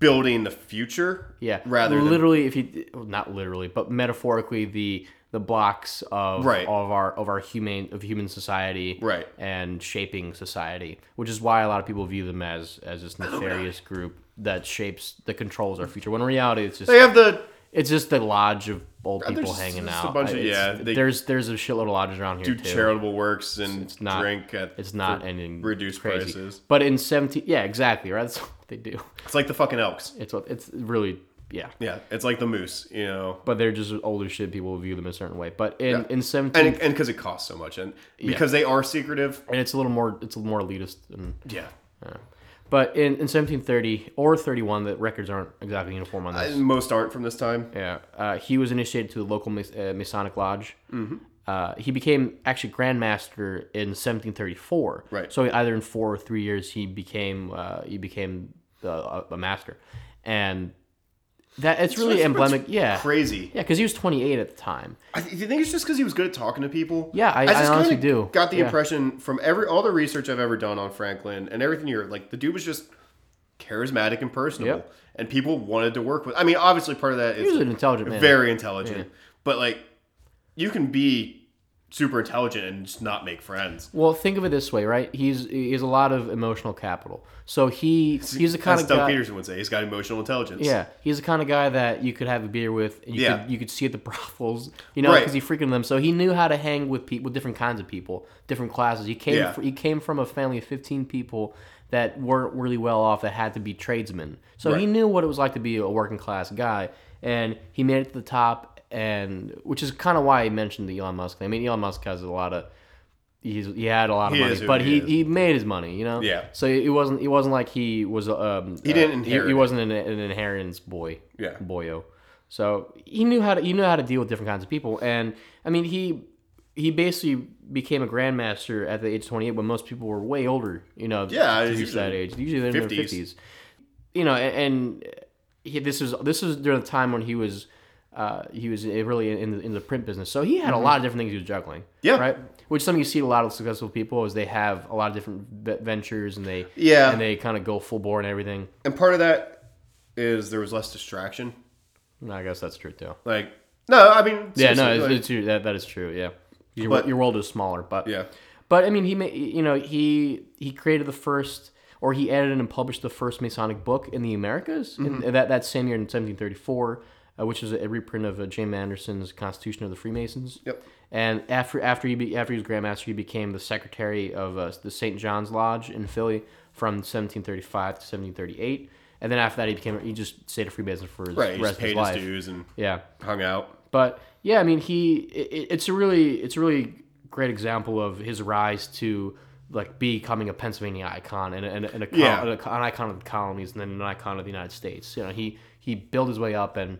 [SPEAKER 1] building the future.
[SPEAKER 2] Yeah,
[SPEAKER 1] rather than
[SPEAKER 2] literally, if you well, not literally, but metaphorically, the the blocks of
[SPEAKER 1] Right.
[SPEAKER 2] of our of our human of human society
[SPEAKER 1] Right.
[SPEAKER 2] and shaping society, which is why a lot of people view them as as this
[SPEAKER 1] Oh,
[SPEAKER 2] nefarious group that shapes that controls our future. When in reality, it's just
[SPEAKER 1] They have the
[SPEAKER 2] it's just the lodge of old people
[SPEAKER 1] Uh, there's
[SPEAKER 2] hanging
[SPEAKER 1] just a
[SPEAKER 2] out.
[SPEAKER 1] bunch of-
[SPEAKER 2] It's-
[SPEAKER 1] yeah, they-
[SPEAKER 2] there's there's a shitload of lodges around here
[SPEAKER 1] do
[SPEAKER 2] too.
[SPEAKER 1] charitable works and
[SPEAKER 2] not-
[SPEAKER 1] drink at
[SPEAKER 2] It's not anything
[SPEAKER 1] reduced
[SPEAKER 2] crazy.
[SPEAKER 1] prices.
[SPEAKER 2] But in seventeen, yeah, exactly. Right, that's what they do.
[SPEAKER 1] It's like the fucking elks.
[SPEAKER 2] It's what it's really yeah.
[SPEAKER 1] Yeah, it's like the moose, you know.
[SPEAKER 2] But they're just older shit. People view them a certain way. But in in seventeen,
[SPEAKER 1] And
[SPEAKER 2] and,
[SPEAKER 1] and because it costs so much, and because they are secretive.
[SPEAKER 2] it's a little more it's a little more elitist. And,
[SPEAKER 1] Yeah,
[SPEAKER 2] but in, in seventeen thirty or thirty one, the records aren't exactly uniform on this.
[SPEAKER 1] and most aren't from this time.
[SPEAKER 2] Yeah, uh, he was initiated to the local Mas- uh, Masonic lodge. Mm-hmm. Uh, he became actually Grand Master in 1734.
[SPEAKER 1] Right.
[SPEAKER 2] So either in four or three years, he became uh, he became uh, a master, and that it's really
[SPEAKER 1] that's-
[SPEAKER 2] emblematic. yeah,
[SPEAKER 1] Crazy.
[SPEAKER 2] yeah, because he was 28 at the time.
[SPEAKER 1] I th- do you think it's just because he was good at talking to people?
[SPEAKER 2] Yeah, I- I
[SPEAKER 1] just
[SPEAKER 2] honestly
[SPEAKER 1] kinda
[SPEAKER 2] do.
[SPEAKER 1] Got the
[SPEAKER 2] Yeah.
[SPEAKER 1] impression from every all the research I've ever done on Franklin and everything here, like the dude was just charismatic and personable,
[SPEAKER 2] Yep.
[SPEAKER 1] and people wanted to work with. I mean, obviously, part of that
[SPEAKER 2] He was
[SPEAKER 1] is
[SPEAKER 2] an intelligent man.
[SPEAKER 1] very intelligent, but like you can be super intelligent and just not make friends.
[SPEAKER 2] Well, think of it this way, right? He's he has a lot of emotional capital. So he he's the kind
[SPEAKER 1] As
[SPEAKER 2] of
[SPEAKER 1] Doug
[SPEAKER 2] guy.
[SPEAKER 1] Peterson would say, he's got emotional intelligence.
[SPEAKER 2] Yeah, he's the kind of guy that you could have a beer with. And you
[SPEAKER 1] Yeah.
[SPEAKER 2] could, you could see at the brothels, you know,
[SPEAKER 1] Right.
[SPEAKER 2] because he frequented them. So he knew how to hang with people, with different kinds of people, different classes. He came
[SPEAKER 1] Yeah.
[SPEAKER 2] fr- he came from a family of fifteen people that weren't really well off, that had to be tradesmen. So he
[SPEAKER 1] Right.
[SPEAKER 2] knew what it was like to be a working class guy, and he made it to the top. And which is kind of why I mentioned the Elon Musk. thing. I mean, Elon Musk has a lot of. He's, he had a lot of
[SPEAKER 1] He is
[SPEAKER 2] money,
[SPEAKER 1] who
[SPEAKER 2] but
[SPEAKER 1] he
[SPEAKER 2] he,
[SPEAKER 1] is.
[SPEAKER 2] he made his money, you know.
[SPEAKER 1] Yeah.
[SPEAKER 2] So it wasn't it wasn't like he was um he
[SPEAKER 1] didn't
[SPEAKER 2] he,
[SPEAKER 1] inherit it.
[SPEAKER 2] wasn't an, an inheritance boy.
[SPEAKER 1] Yeah.
[SPEAKER 2] Boyo. So he knew how to he knew how to deal with different kinds of people, and I mean he he basically became a grandmaster at the age of 28 when most people were way older. You know,
[SPEAKER 1] Yeah,
[SPEAKER 2] to reach
[SPEAKER 1] usually
[SPEAKER 2] that age. Usually they're in their
[SPEAKER 1] 50s.
[SPEAKER 2] 50s. You know, and, and he, this was this was during the time when he was. Uh, he was really in the, in the print business, so he had a lot of different things he was juggling.
[SPEAKER 1] Mm-hmm. Yeah.
[SPEAKER 2] right. Which is something you see a lot of successful people is they have a lot of different ve- ventures and they
[SPEAKER 1] Yeah.
[SPEAKER 2] and they kind of go full bore and everything.
[SPEAKER 1] And part of that is there was less distraction.
[SPEAKER 2] No, I guess that's true too.
[SPEAKER 1] Like, no, I mean,
[SPEAKER 2] Yeah, no,
[SPEAKER 1] seriously,
[SPEAKER 2] it's,
[SPEAKER 1] like-
[SPEAKER 2] it's true. That, that is true. Yeah, your,
[SPEAKER 1] But-
[SPEAKER 2] your world is smaller, but
[SPEAKER 1] Yeah.
[SPEAKER 2] but I mean, he made you know he he created the first or he edited and published the first Masonic book in the Americas
[SPEAKER 1] Mm-hmm.
[SPEAKER 2] in, that that same year in 1734, uh, which is a, reprint of uh, James Anderson's Constitution of the Freemasons.
[SPEAKER 1] Yep.
[SPEAKER 2] And after after he be, after he was Grandmaster, he became the secretary of uh, the St. John's Lodge in Philly from 1735 to 1738, and then after that he became he just stayed a Freemason for his
[SPEAKER 1] right. He just
[SPEAKER 2] rest of his
[SPEAKER 1] paid his
[SPEAKER 2] life.
[SPEAKER 1] dues and
[SPEAKER 2] Yeah.
[SPEAKER 1] hung out.
[SPEAKER 2] But yeah, I mean, he it, it's a really it's a really great example of his rise to like becoming a Pennsylvania icon and, a- and, a- and a col-
[SPEAKER 1] Yeah.
[SPEAKER 2] an icon of the colonies and then an icon of the United States. You know, he he built his way up and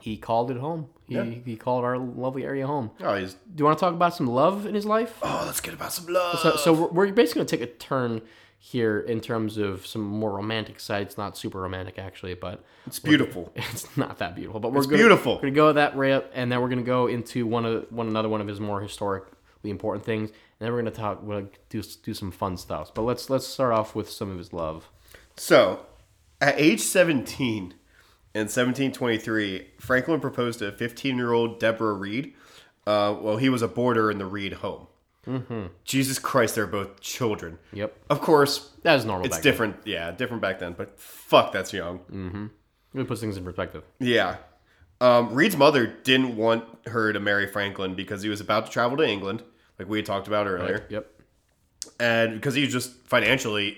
[SPEAKER 2] he called it home. He,
[SPEAKER 1] Yeah.
[SPEAKER 2] he called our lovely area home.
[SPEAKER 1] Oh, he's
[SPEAKER 2] Do you want to talk about some love in his life?
[SPEAKER 1] oh, let's get about some love.
[SPEAKER 2] So, so we're- we're basically going to take a turn here in terms of some more romantic side. It's not super romantic actually, but
[SPEAKER 1] it's beautiful.
[SPEAKER 2] it's not that beautiful, but we're
[SPEAKER 1] It's
[SPEAKER 2] gonna,
[SPEAKER 1] beautiful.
[SPEAKER 2] We're gonna go that route, and then we're gonna go into one of one another one of his more historically important things, and then we're gonna talk. We're gonna do do some fun stuff. But let's let's start off with some of his love.
[SPEAKER 1] So, at age 17 in 1723, Franklin proposed to 15 year old Deborah Reed. Uh, well, he was a boarder in the Reed home. Mm-hmm. Jesus Christ, they're both children.
[SPEAKER 2] Yep,
[SPEAKER 1] Of course,
[SPEAKER 2] that is normal.
[SPEAKER 1] it's
[SPEAKER 2] back
[SPEAKER 1] different. Yeah, different back then, but fuck, that's young.
[SPEAKER 2] Then. It puts things in perspective.
[SPEAKER 1] Yeah. Um, Reed's mother didn't want her to marry Franklin because he was about to travel to England, like we had talked about earlier,
[SPEAKER 2] Yep.
[SPEAKER 1] and because he was just financially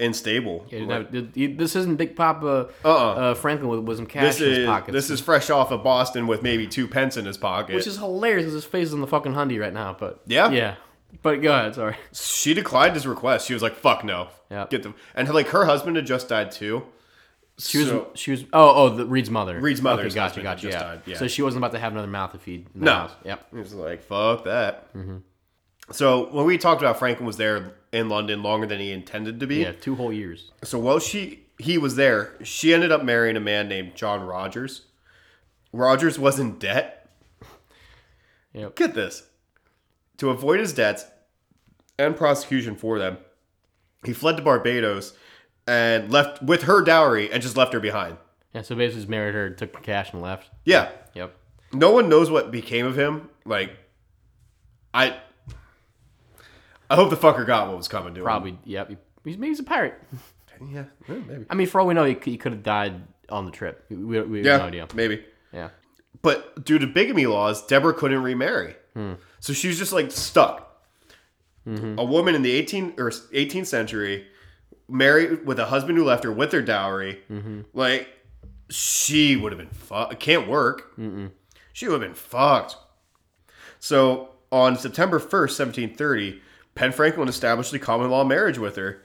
[SPEAKER 1] unstable.
[SPEAKER 2] It didn't have- it- it- this isn't Big Papa uh Franklin with, with some cash
[SPEAKER 1] Uh-uh. this
[SPEAKER 2] in his
[SPEAKER 1] is
[SPEAKER 2] pockets.
[SPEAKER 1] this is fresh off of Boston with maybe two pence in his pocket.
[SPEAKER 2] which is hilarious because his face is on the fucking hundy right now. But
[SPEAKER 1] Yeah.
[SPEAKER 2] yeah. But go ahead. Sorry.
[SPEAKER 1] she declined his request. She was like, "Fuck no,
[SPEAKER 2] Yeah.
[SPEAKER 1] get the." And like her husband had just died too.
[SPEAKER 2] She was she was oh oh the Reed's mother.
[SPEAKER 1] Reed's
[SPEAKER 2] Okay,
[SPEAKER 1] mother's
[SPEAKER 2] gotcha,
[SPEAKER 1] husband
[SPEAKER 2] gotcha.
[SPEAKER 1] just
[SPEAKER 2] yeah.
[SPEAKER 1] died, yeah.
[SPEAKER 2] So she wasn't about to have another mouth to feed. in the
[SPEAKER 1] No.
[SPEAKER 2] house. Yep.
[SPEAKER 1] He was like, fuck that.
[SPEAKER 2] Mm-hmm.
[SPEAKER 1] So when we talked about Franklin was there in London longer than he intended to be.
[SPEAKER 2] Yeah. Two whole years.
[SPEAKER 1] So while she he was there, she ended up marrying a man named John Rogers. Rogers was in debt.
[SPEAKER 2] Yep.
[SPEAKER 1] Get this. To avoid his debts and prosecution for them, he fled to Barbados and left with her dowry and just left her behind.
[SPEAKER 2] Yeah. So basically, just married her, took the cash, and left.
[SPEAKER 1] Yeah.
[SPEAKER 2] Yep.
[SPEAKER 1] no one knows what became of him. Like, I, I hope the fucker got what was coming to
[SPEAKER 2] Probably, yep. He's, maybe he's a pirate.
[SPEAKER 1] him. Yeah, yeah, maybe.
[SPEAKER 2] I mean, for all we know, he, c- he could have died on the trip. We, we we have
[SPEAKER 1] Yeah,
[SPEAKER 2] no idea.
[SPEAKER 1] maybe.
[SPEAKER 2] Yeah.
[SPEAKER 1] But due to bigamy laws, Deborah couldn't remarry, so she was just like stuck. A woman in the 18 or 18th century, married with a husband who left her with her dowry, like she would have been fucked. Can't work. She would have been fucked. So on September 1st, 1730, Penn Franklin established the common law marriage with her,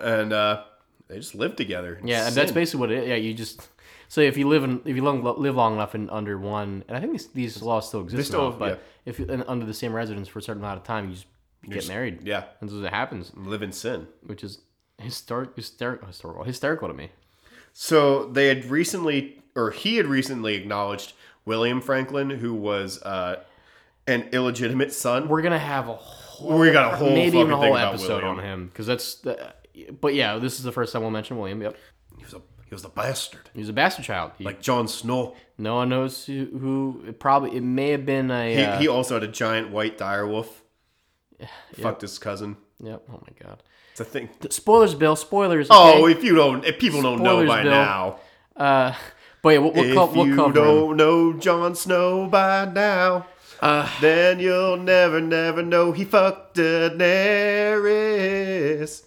[SPEAKER 1] and uh, they just lived together. in
[SPEAKER 2] Yeah, and
[SPEAKER 1] sin.
[SPEAKER 2] that's basically what it. Yeah, you just so if you live in if you long, live long enough in under one, and I think these, these laws still exist,
[SPEAKER 1] still-
[SPEAKER 2] now, but
[SPEAKER 1] yeah.
[SPEAKER 2] if you in, under the same residence for a certain amount of time, you just get married.
[SPEAKER 1] yeah,
[SPEAKER 2] and so it happens,
[SPEAKER 1] live in sin.
[SPEAKER 2] which is historic, hysterical, historical, hysterical to me.
[SPEAKER 1] So they had recently, or he had recently acknowledged William Franklin, who was uh, an illegitimate son.
[SPEAKER 2] We're gonna have a whole,
[SPEAKER 1] We got a whole
[SPEAKER 2] maybe even a
[SPEAKER 1] fucking thing
[SPEAKER 2] whole
[SPEAKER 1] about
[SPEAKER 2] episode
[SPEAKER 1] William.
[SPEAKER 2] on him because that's. The, but yeah, this is the first time we'll mention William. Yep,
[SPEAKER 1] He was a he was a bastard,
[SPEAKER 2] he was a bastard child. He,
[SPEAKER 1] like John Snow.
[SPEAKER 2] no one knows who, who. It probably it may have been a.
[SPEAKER 1] He,
[SPEAKER 2] uh,
[SPEAKER 1] he also had a giant white direwolf. Fucked his cousin.
[SPEAKER 2] yep. Oh my god.
[SPEAKER 1] It's a thing.
[SPEAKER 2] Spoilers, Bill. Spoilers. okay?
[SPEAKER 1] Oh, if you don't, if people don't know
[SPEAKER 2] Spoilers,
[SPEAKER 1] by
[SPEAKER 2] Bill.
[SPEAKER 1] now,
[SPEAKER 2] Uh, but yeah, we'll, we'll,
[SPEAKER 1] if
[SPEAKER 2] co- we'll
[SPEAKER 1] you
[SPEAKER 2] cover him.
[SPEAKER 1] don't know John Snow by now,
[SPEAKER 2] Uh.
[SPEAKER 1] then you'll never, never know he fucked Daenerys.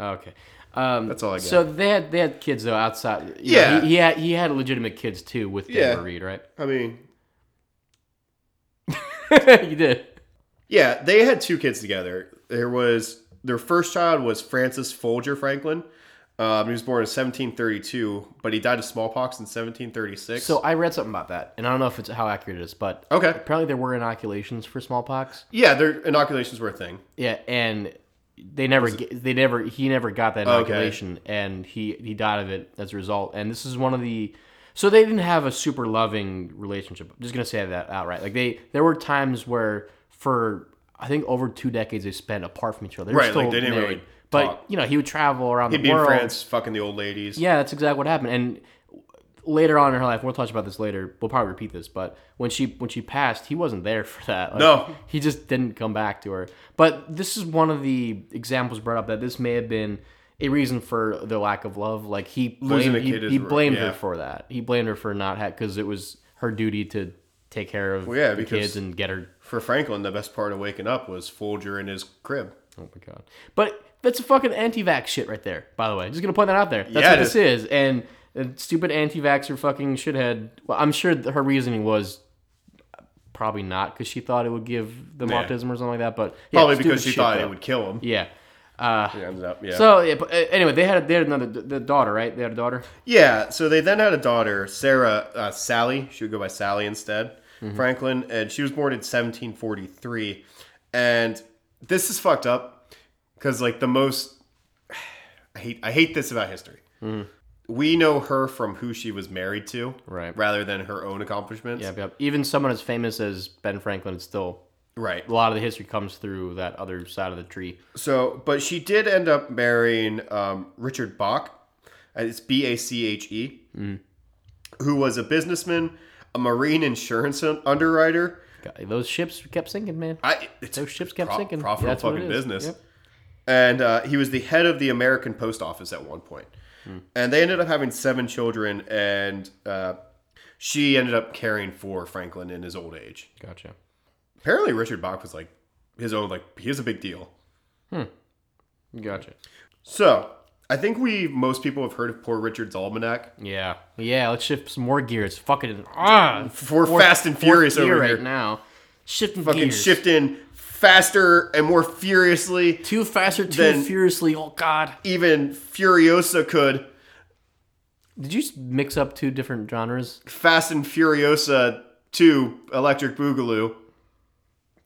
[SPEAKER 2] Okay. Um,
[SPEAKER 1] That's all I got.
[SPEAKER 2] So they had they had kids though outside. you
[SPEAKER 1] Yeah.
[SPEAKER 2] know, he, he had he had legitimate kids too with
[SPEAKER 1] Yeah.
[SPEAKER 2] Deborah Reed, right?
[SPEAKER 1] I mean,
[SPEAKER 2] you did.
[SPEAKER 1] Yeah, they had two kids together. There was their first child was Francis Folger Franklin. Um, he was born in 1732, but he died of smallpox in 1736.
[SPEAKER 2] So I read something about that, and I don't know if it's how accurate it is, but
[SPEAKER 1] okay,
[SPEAKER 2] apparently there were inoculations for smallpox.
[SPEAKER 1] yeah, their inoculations were a thing.
[SPEAKER 2] Yeah, and they never get, they never he never got that
[SPEAKER 1] Okay.
[SPEAKER 2] inoculation, and he he died of it as a result. And this is one of the so they didn't have a super loving relationship. I'm just gonna say that outright. Like they there were times where for I think over two decades they spent apart from each other. They were
[SPEAKER 1] Right, like,
[SPEAKER 2] still
[SPEAKER 1] they didn't
[SPEAKER 2] married,
[SPEAKER 1] really
[SPEAKER 2] But
[SPEAKER 1] talk.
[SPEAKER 2] you know he would travel around
[SPEAKER 1] He'd
[SPEAKER 2] the
[SPEAKER 1] be in
[SPEAKER 2] world.
[SPEAKER 1] France, fucking the old ladies.
[SPEAKER 2] Yeah, that's exactly what happened. And later on in her life, we'll talk about this later. We'll probably repeat this, but when she when she passed, he wasn't there for that. Like,
[SPEAKER 1] No.
[SPEAKER 2] he just didn't come back to her. But this is one of the examples brought up that this may have been a reason for the lack of love. Like he
[SPEAKER 1] Losing
[SPEAKER 2] blamed
[SPEAKER 1] a kid
[SPEAKER 2] he,
[SPEAKER 1] is
[SPEAKER 2] he
[SPEAKER 1] r-
[SPEAKER 2] blamed
[SPEAKER 1] yeah.
[SPEAKER 2] her for that. He blamed her for not because it was her duty to take care of
[SPEAKER 1] yeah,
[SPEAKER 2] the
[SPEAKER 1] because-
[SPEAKER 2] kids and get her
[SPEAKER 1] For Franklin, the best part of waking up was Folger in his crib.
[SPEAKER 2] Oh my god. But that's a fucking anti-vax shit right there, by the way. Just gonna point that out there. That's
[SPEAKER 1] Yeah,
[SPEAKER 2] what
[SPEAKER 1] it
[SPEAKER 2] this is. And and stupid anti-vaxer fucking shithead. Well, I'm sure th- her reasoning was probably not because she thought it would give them
[SPEAKER 1] Yeah.
[SPEAKER 2] autism or something like that. But yeah,
[SPEAKER 1] Probably
[SPEAKER 2] stupid
[SPEAKER 1] because she
[SPEAKER 2] shit,
[SPEAKER 1] thought
[SPEAKER 2] though.
[SPEAKER 1] it would kill him.
[SPEAKER 2] Yeah. Uh,
[SPEAKER 1] He ended up- yeah.
[SPEAKER 2] So yeah, but uh, anyway, they had they had another the daughter, right? They had a daughter.
[SPEAKER 1] Yeah, so they then had a daughter, Sarah, uh, Sally. She would go by Sally instead, Franklin, and she was born in 1743. And this is fucked up because, like, the most I hate I hate this about history. We know her from who she was married to,
[SPEAKER 2] Right.
[SPEAKER 1] Rather than her own accomplishments,
[SPEAKER 2] Yep, yep. Even someone as famous as Ben Franklin, it's still
[SPEAKER 1] right?
[SPEAKER 2] a lot of the history comes through that other side of the tree.
[SPEAKER 1] So, but she did end up marrying um, Richard Bach. Uh, It's B A C H E, who was a businessman, a marine insurance un- underwriter.
[SPEAKER 2] God, those ships kept sinking, man.
[SPEAKER 1] I, it's
[SPEAKER 2] Those ships kept
[SPEAKER 1] pro-
[SPEAKER 2] sinking.
[SPEAKER 1] Profitable
[SPEAKER 2] That's what it
[SPEAKER 1] fucking
[SPEAKER 2] is.
[SPEAKER 1] business.
[SPEAKER 2] Yep.
[SPEAKER 1] And uh, he was the head of the American Post Office at one point. And they ended up having seven children, and uh, she ended up caring for Franklin in his old age.
[SPEAKER 2] Gotcha.
[SPEAKER 1] Apparently, Richard Bach was like his own, like, he was a big deal.
[SPEAKER 2] Gotcha.
[SPEAKER 1] So, I think we, most people have heard of Poor Richard's Almanac.
[SPEAKER 2] Yeah, yeah. Let's shift some more gears. Fucking ah,
[SPEAKER 1] We're fast and furious
[SPEAKER 2] gear
[SPEAKER 1] over
[SPEAKER 2] right
[SPEAKER 1] here.
[SPEAKER 2] now. Shifting
[SPEAKER 1] Fucking
[SPEAKER 2] gears.
[SPEAKER 1] shifting faster and more furiously,
[SPEAKER 2] too faster, too
[SPEAKER 1] Then-
[SPEAKER 2] furiously. Oh God!
[SPEAKER 1] even Furiosa could.
[SPEAKER 2] Did you s- mix up two different genres?
[SPEAKER 1] Fast and Furiosa 2 Electric Boogaloo.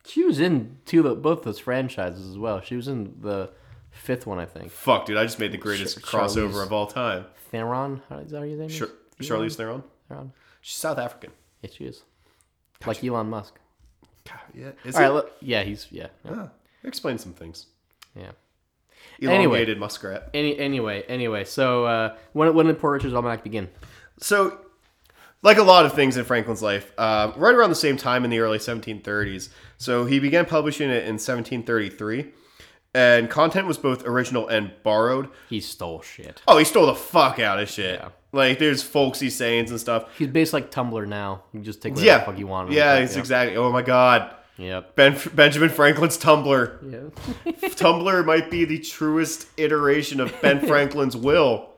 [SPEAKER 2] She was in two of both those franchises as well. She was in the fifth one, I think.
[SPEAKER 1] Fuck, dude, I just made the greatest
[SPEAKER 2] Char-
[SPEAKER 1] crossover
[SPEAKER 2] Charlize-
[SPEAKER 1] of all time.
[SPEAKER 2] Theron, how is that your name?
[SPEAKER 1] Char- Charlize Theron?
[SPEAKER 2] Theron.
[SPEAKER 1] She's South African.
[SPEAKER 2] Yeah, she is. Like Elon Musk.
[SPEAKER 1] God, yeah. Is
[SPEAKER 2] All right.
[SPEAKER 1] it?
[SPEAKER 2] Look, yeah, he's yeah, yeah.
[SPEAKER 1] Huh. Explain some things.
[SPEAKER 2] yeah.
[SPEAKER 1] Elongated muskrat.
[SPEAKER 2] Any anyway, anyway. So uh, when when did Poor Richard's Almanac begin?
[SPEAKER 1] So, like a lot of things in Franklin's life, uh, right around the same time in the early 1730s. So he began publishing it in 1733, and content was both original and borrowed.
[SPEAKER 2] He stole shit.
[SPEAKER 1] Oh, he stole the fuck out of shit.
[SPEAKER 2] Yeah.
[SPEAKER 1] Like there's folksy sayings and stuff.
[SPEAKER 2] He's basically like Tumblr now. You just take whatever
[SPEAKER 1] yeah,
[SPEAKER 2] the fuck you want. and
[SPEAKER 1] yeah,
[SPEAKER 2] like,
[SPEAKER 1] it's exactly. Oh my god,
[SPEAKER 2] Yep.
[SPEAKER 1] ben, Benjamin Franklin's Tumblr.
[SPEAKER 2] yep.
[SPEAKER 1] Tumblr might be the truest iteration of Ben Franklin's will.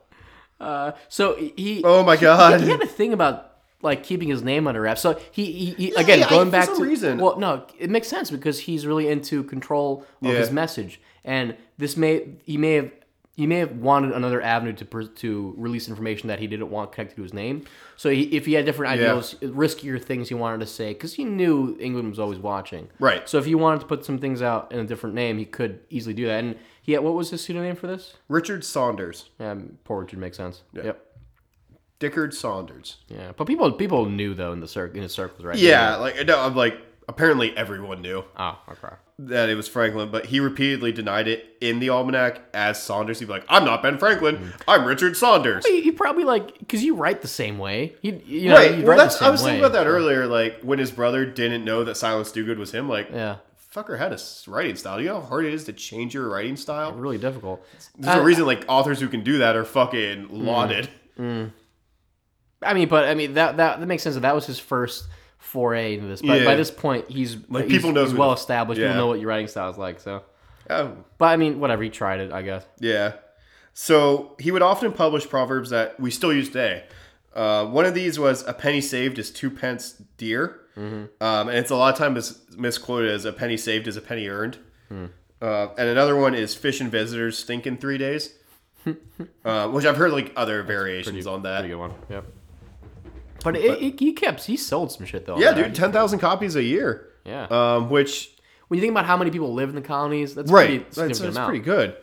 [SPEAKER 2] So he.
[SPEAKER 1] Oh my
[SPEAKER 2] Yeah,
[SPEAKER 1] god.
[SPEAKER 2] he had a thing about like keeping his name under wraps. So he, he, he again
[SPEAKER 1] yeah,
[SPEAKER 2] going
[SPEAKER 1] for
[SPEAKER 2] back
[SPEAKER 1] some
[SPEAKER 2] to
[SPEAKER 1] reason.
[SPEAKER 2] well, no, it makes sense because he's really into control of
[SPEAKER 1] Yeah.
[SPEAKER 2] his message, and this may he may have. He may have wanted another avenue to pers- to release information that he didn't want connected to his name. So he, if he had different ideals, riskier things he wanted to say, because he knew England was always watching.
[SPEAKER 1] Right.
[SPEAKER 2] So if he wanted to put some things out in a different name, he could easily do that. And he had, what was his pseudonym for this?
[SPEAKER 1] Richard Saunders,
[SPEAKER 2] Um, poor Richard makes sense. Yep.
[SPEAKER 1] Dickard Saunders.
[SPEAKER 2] Yeah, but people people knew though in the cir- in the circles, right?
[SPEAKER 1] Yeah, like no, I'm like apparently everyone knew
[SPEAKER 2] Oh, okay.
[SPEAKER 1] that it was Franklin, but he repeatedly denied it in the almanac as Saunders. He'd be like, "I'm not Ben Franklin. I'm Richard Saunders."
[SPEAKER 2] You, you probably like because you write the same way. You, you know,
[SPEAKER 1] right.
[SPEAKER 2] You
[SPEAKER 1] Well,
[SPEAKER 2] write
[SPEAKER 1] that's
[SPEAKER 2] the
[SPEAKER 1] I
[SPEAKER 2] same
[SPEAKER 1] was thinking
[SPEAKER 2] way.
[SPEAKER 1] about that earlier. Like when his brother didn't know that Silence Duguid was him. Like,
[SPEAKER 2] Yeah,
[SPEAKER 1] fucker had a s- writing style. You know how hard it is to change your writing style.
[SPEAKER 2] really difficult.
[SPEAKER 1] There's a
[SPEAKER 2] Uh, Hmm.
[SPEAKER 1] reason like authors who can do that are fucking lauded.
[SPEAKER 2] I mean, but I mean that that, that makes sense. That that was his first foray into this. But
[SPEAKER 1] Yeah.
[SPEAKER 2] by this point, he's
[SPEAKER 1] Like,
[SPEAKER 2] he's-
[SPEAKER 1] people knows
[SPEAKER 2] he's
[SPEAKER 1] what-
[SPEAKER 2] well established.
[SPEAKER 1] yeah.
[SPEAKER 2] People know what your writing style is like. So,
[SPEAKER 1] Oh,
[SPEAKER 2] but I mean, whatever. He tried it, I guess.
[SPEAKER 1] Yeah. So he would often publish proverbs that we still use today. Uh, one of these was a penny saved is two pence dear.
[SPEAKER 2] Mm-hmm.
[SPEAKER 1] Um, and it's a lot of times misquoted as a penny saved is a penny earned.
[SPEAKER 2] Hmm.
[SPEAKER 1] Uh, and another one is fish and visitors stink in three days, uh, which I've heard like other variations on that.
[SPEAKER 2] Pretty good one. Yep. But, it, it, he kept he sold some shit though.
[SPEAKER 1] Yeah,
[SPEAKER 2] right?
[SPEAKER 1] dude, 10,000 copies a year.
[SPEAKER 2] Yeah.
[SPEAKER 1] Um, which
[SPEAKER 2] when you think about how many people live in the colonies, that's
[SPEAKER 1] right,
[SPEAKER 2] pretty
[SPEAKER 1] that's,
[SPEAKER 2] significant
[SPEAKER 1] that's
[SPEAKER 2] amount.
[SPEAKER 1] pretty good.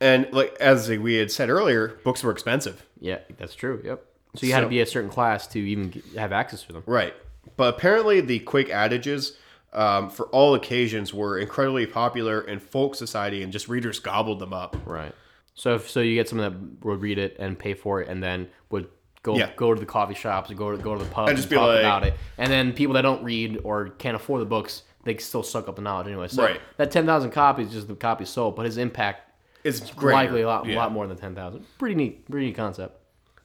[SPEAKER 1] And like as we had said earlier, books were expensive.
[SPEAKER 2] Yeah, that's true. Yep. So you had
[SPEAKER 1] So-
[SPEAKER 2] to be a certain class to even g have access to them.
[SPEAKER 1] Right. But apparently, the quick adages um, for all occasions were incredibly popular in folk society, and just readers gobbled them up.
[SPEAKER 2] Right. So if so, you get someone that would read it and pay for it, and then would go
[SPEAKER 1] Yeah.
[SPEAKER 2] go to the coffee shops or go to go to the pub and,
[SPEAKER 1] just be
[SPEAKER 2] talk
[SPEAKER 1] like-
[SPEAKER 2] about it. And then people that don't read or can't afford the books, they still suck up the knowledge anyway. So
[SPEAKER 1] Right.
[SPEAKER 2] that ten thousand copies is just the copies sold, but his impact
[SPEAKER 1] It's great.
[SPEAKER 2] likely a lot, lot more than ten thousand. Pretty neat, pretty neat concept.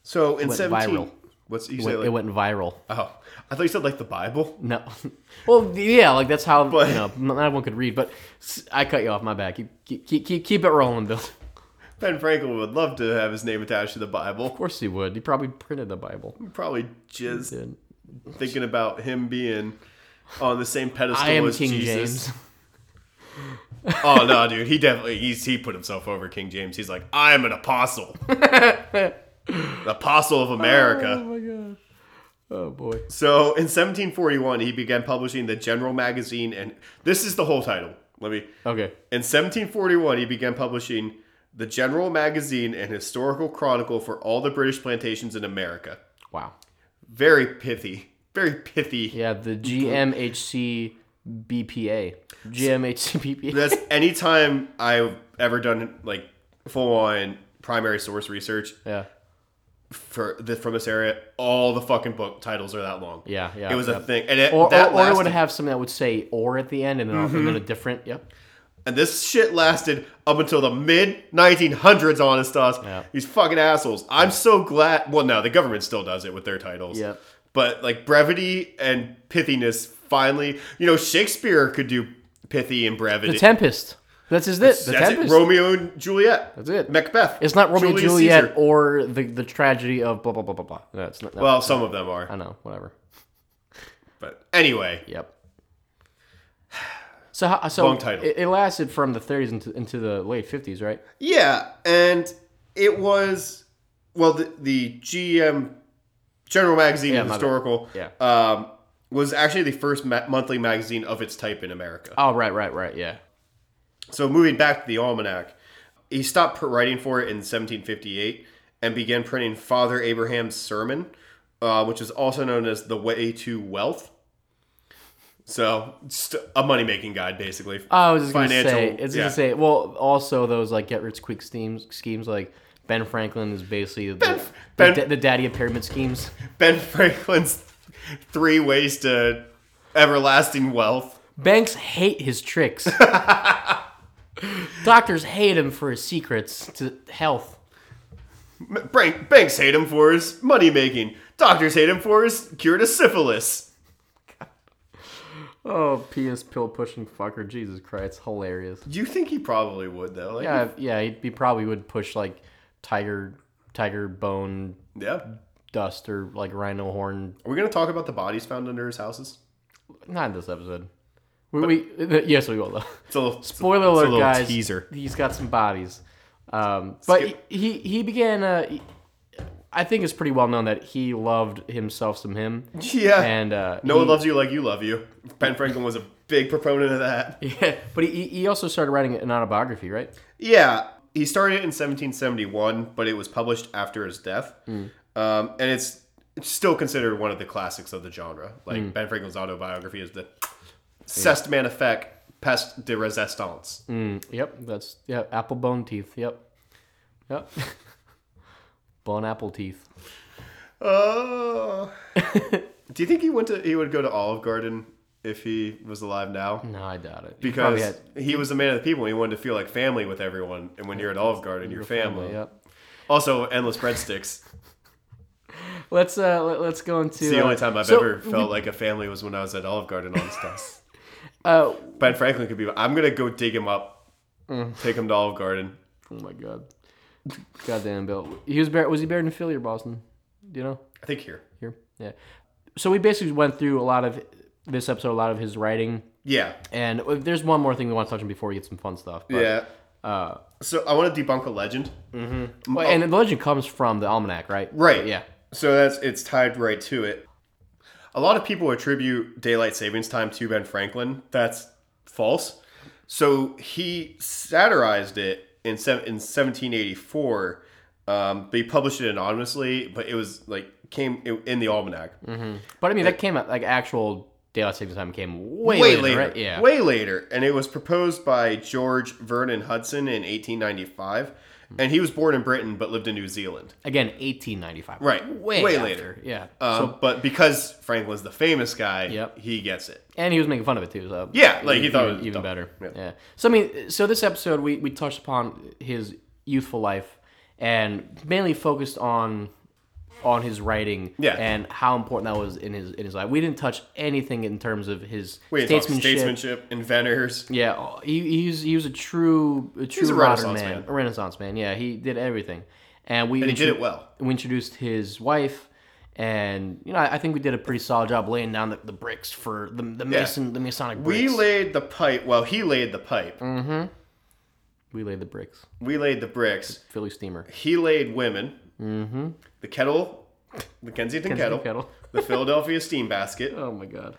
[SPEAKER 1] So in
[SPEAKER 2] went
[SPEAKER 1] seventeen,
[SPEAKER 2] viral.
[SPEAKER 1] what's you
[SPEAKER 2] It
[SPEAKER 1] say?
[SPEAKER 2] went, it
[SPEAKER 1] Like,
[SPEAKER 2] went viral.
[SPEAKER 1] oh, I thought you said like the Bible.
[SPEAKER 2] No, well, yeah, like that's how you know not everyone could read. But s- I cut you off. My bad. Keep keep keep- keep, keep it rolling, Bill. Of
[SPEAKER 1] Ben Franklin would love to have his name attached to the Bible.
[SPEAKER 2] course he would. He probably printed the Bible.
[SPEAKER 1] Probably just
[SPEAKER 2] Did.
[SPEAKER 1] thinking about him being on the same pedestal
[SPEAKER 2] I am
[SPEAKER 1] as
[SPEAKER 2] King
[SPEAKER 1] Jesus.
[SPEAKER 2] James.
[SPEAKER 1] Oh no, dude, he definitely he's he put himself over King James. He's like, I am an apostle, the apostle of America.
[SPEAKER 2] Oh my god. Oh boy.
[SPEAKER 1] So in 1741, he began publishing the General Magazine, and this is the whole title. Let me.
[SPEAKER 2] Okay.
[SPEAKER 1] In 1741, he began publishing the General Magazine and Historical Chronicle for all the British plantations in America.
[SPEAKER 2] Wow.
[SPEAKER 1] Very pithy. Very pithy.
[SPEAKER 2] Yeah, the GMHC BPA. GMHC BPA.
[SPEAKER 1] That's anytime I've ever done like full on primary source research
[SPEAKER 2] yeah.
[SPEAKER 1] for the, from this area. All the fucking book titles are that long.
[SPEAKER 2] Yeah, yeah,
[SPEAKER 1] It was
[SPEAKER 2] yeah.
[SPEAKER 1] a thing, and it,
[SPEAKER 2] Or,
[SPEAKER 1] that
[SPEAKER 2] or, or it would
[SPEAKER 1] lasted-
[SPEAKER 2] have something that would say or at the end and then, and
[SPEAKER 1] Mm-hmm.
[SPEAKER 2] then a different. Yep.
[SPEAKER 1] And this shit lasted up until the mid 1900s, honest us.
[SPEAKER 2] Yeah.
[SPEAKER 1] These fucking assholes. I'm so glad. Well, no, the government still does it with their titles.
[SPEAKER 2] Yep.
[SPEAKER 1] But like brevity and pithiness finally, you know, Shakespeare could do pithy and brevity.
[SPEAKER 2] The Tempest. That's his it. The
[SPEAKER 1] That's it.
[SPEAKER 2] Tempest.
[SPEAKER 1] Romeo and Juliet.
[SPEAKER 2] That's it.
[SPEAKER 1] Macbeth.
[SPEAKER 2] It's not Romeo and
[SPEAKER 1] Julius
[SPEAKER 2] Juliet
[SPEAKER 1] Caesar.
[SPEAKER 2] or the, the tragedy of blah blah blah blah blah. No, it's not. no.
[SPEAKER 1] Well, some of them are.
[SPEAKER 2] I know. Whatever.
[SPEAKER 1] But anyway,
[SPEAKER 2] Yep. So how, so
[SPEAKER 1] Long title.
[SPEAKER 2] It, it lasted from the 30s into, into the late 50s, right?
[SPEAKER 1] Yeah, and it was well the, the GM General Magazine
[SPEAKER 2] Yeah,
[SPEAKER 1] and
[SPEAKER 2] my bad.
[SPEAKER 1] Historical
[SPEAKER 2] Yeah.
[SPEAKER 1] um, was actually the first ma- monthly magazine of its type in America.
[SPEAKER 2] Oh, right, right, right. Yeah.
[SPEAKER 1] So moving back to the almanac, he stopped pr- writing for it in 1758 and began printing Father Abraham's sermon, uh, which is also known as the Way to Wealth. So st- a money making guide, basically.
[SPEAKER 2] Oh, I was just
[SPEAKER 1] Financial-
[SPEAKER 2] gonna say, it's
[SPEAKER 1] yeah.
[SPEAKER 2] gonna say. Well, also those like get rich quick schemes, schemes like Ben Franklin is basically
[SPEAKER 1] Ben-
[SPEAKER 2] the,
[SPEAKER 1] Ben-
[SPEAKER 2] the, da- the daddy of pyramid schemes.
[SPEAKER 1] Ben Franklin's three ways to everlasting wealth.
[SPEAKER 2] Banks hate his tricks. Doctors hate him for his secrets to health.
[SPEAKER 1] M- Bank- Banks hate him for his money making. Doctors hate him for his cure to syphilis.
[SPEAKER 2] Oh, penis pill pushing fucker! Jesus Christ, hilarious.
[SPEAKER 1] You think he probably would though? Like,
[SPEAKER 2] Yeah, yeah, he, he probably would push like tiger, tiger bone
[SPEAKER 1] yeah.
[SPEAKER 2] dust or like rhino horn.
[SPEAKER 1] Are we gonna talk about the bodies found under his houses?
[SPEAKER 2] Not in this episode. We, we yes, we will though.
[SPEAKER 1] It's a little,
[SPEAKER 2] Spoiler
[SPEAKER 1] it's a
[SPEAKER 2] alert,
[SPEAKER 1] little
[SPEAKER 2] guys.
[SPEAKER 1] teaser.
[SPEAKER 2] He's got some bodies, um, but
[SPEAKER 1] Skip.
[SPEAKER 2] he, he he began. Uh, he- I think it's pretty well known that he loved himself some him,
[SPEAKER 1] Yeah.
[SPEAKER 2] and uh,
[SPEAKER 1] no one
[SPEAKER 2] he-
[SPEAKER 1] loves you like you love you. Ben Franklin was a big proponent of that.
[SPEAKER 2] Yeah, but he he also started writing an autobiography, right?
[SPEAKER 1] Yeah. He started it in 1771, but it was published after his death. Um, and it's, it's still considered one of the classics of the genre. Like Ben Franklin's autobiography is the Cest Magnifique Peste de Resistance.
[SPEAKER 2] Yep, that's yeah, apple bone teeth. Yep, yep, bone apple teeth.
[SPEAKER 1] Oh. Do you think he went to he would go to Olive Garden if he was alive now?
[SPEAKER 2] No, I doubt it. He probably
[SPEAKER 1] Because he was a man of the people and he wanted to feel like family with everyone. And when you're at Olive Garden, you're family.
[SPEAKER 2] Yep.
[SPEAKER 1] Also, endless breadsticks.
[SPEAKER 2] Let's uh let, us go into
[SPEAKER 1] It's the
[SPEAKER 2] uh,
[SPEAKER 1] only time I've
[SPEAKER 2] so
[SPEAKER 1] ever felt like a family was when I was at Olive Garden on stuff.
[SPEAKER 2] Uh,
[SPEAKER 1] Ben Franklin could be. I'm gonna go dig him up,
[SPEAKER 2] Mm.
[SPEAKER 1] take him to Olive Garden.
[SPEAKER 2] oh my god, goddamn Bill. He was buried. Was he buried in Philly or Boston? Do you know
[SPEAKER 1] I think here.
[SPEAKER 2] here? Yeah. So we basically went through a lot of this episode, a lot of his writing,
[SPEAKER 1] Yeah,
[SPEAKER 2] and uh, there's one more thing we want to touch on before we get some fun stuff. But,
[SPEAKER 1] yeah. uh, so I want to debunk a legend. Mm-hmm.
[SPEAKER 2] Well, and the legend comes from the almanac, right?
[SPEAKER 1] Right.
[SPEAKER 2] Yeah.
[SPEAKER 1] So that's it's tied right to it. A lot of people attribute daylight savings time to Ben Franklin. That's false. So he satirized it in sev- in 1784. Um, they published it anonymously, but it was like came in- in the almanac.
[SPEAKER 2] Mm-hmm. But I mean, that came out like actual daylight savings time came way,
[SPEAKER 1] way,
[SPEAKER 2] later,
[SPEAKER 1] later,
[SPEAKER 2] right? Yeah.
[SPEAKER 1] way later, and it was proposed by George Vernon Hudson in 1895,
[SPEAKER 2] Hmm.
[SPEAKER 1] and he was born in Britain but lived in New Zealand.
[SPEAKER 2] Again, 1895.
[SPEAKER 1] Right.
[SPEAKER 2] Way,
[SPEAKER 1] Way
[SPEAKER 2] after.
[SPEAKER 1] later.
[SPEAKER 2] Yeah.
[SPEAKER 1] Um,
[SPEAKER 2] so,
[SPEAKER 1] but because Franklin's the famous guy,
[SPEAKER 2] Yep.
[SPEAKER 1] he gets it.
[SPEAKER 2] and he was making fun of it too. So
[SPEAKER 1] Yeah, like, he
[SPEAKER 2] even,
[SPEAKER 1] thought it
[SPEAKER 2] even,
[SPEAKER 1] was
[SPEAKER 2] even
[SPEAKER 1] dumb.
[SPEAKER 2] better. Yeah.
[SPEAKER 1] Yeah.
[SPEAKER 2] So I mean, so this episode we we touched upon his youthful life and mainly focused on on his writing
[SPEAKER 1] Yeah.
[SPEAKER 2] and how important that was in his in his life. We didn't touch anything in terms of his
[SPEAKER 1] We didn't talk
[SPEAKER 2] statesmanship.
[SPEAKER 1] statesmanship, inventors.
[SPEAKER 2] Yeah, he, he's he was a true a true
[SPEAKER 1] a
[SPEAKER 2] modern
[SPEAKER 1] Renaissance
[SPEAKER 2] man,
[SPEAKER 1] man.
[SPEAKER 2] a Renaissance man. Yeah, he did everything, and we
[SPEAKER 1] And he did it well.
[SPEAKER 2] We introduced his wife, and you know I, I think we did a pretty solid job laying down the, the bricks for the the mason the masonic
[SPEAKER 1] We
[SPEAKER 2] bricks. Mm.
[SPEAKER 1] laid the pipe. Well, he laid the pipe.
[SPEAKER 2] we laid the bricks.
[SPEAKER 1] We laid the bricks.
[SPEAKER 2] Philly steamer.
[SPEAKER 1] He laid women. Mm-hmm. The kettle, the Kensington, kettle,
[SPEAKER 2] Kettle.
[SPEAKER 1] the Philadelphia steam basket
[SPEAKER 2] Oh my god.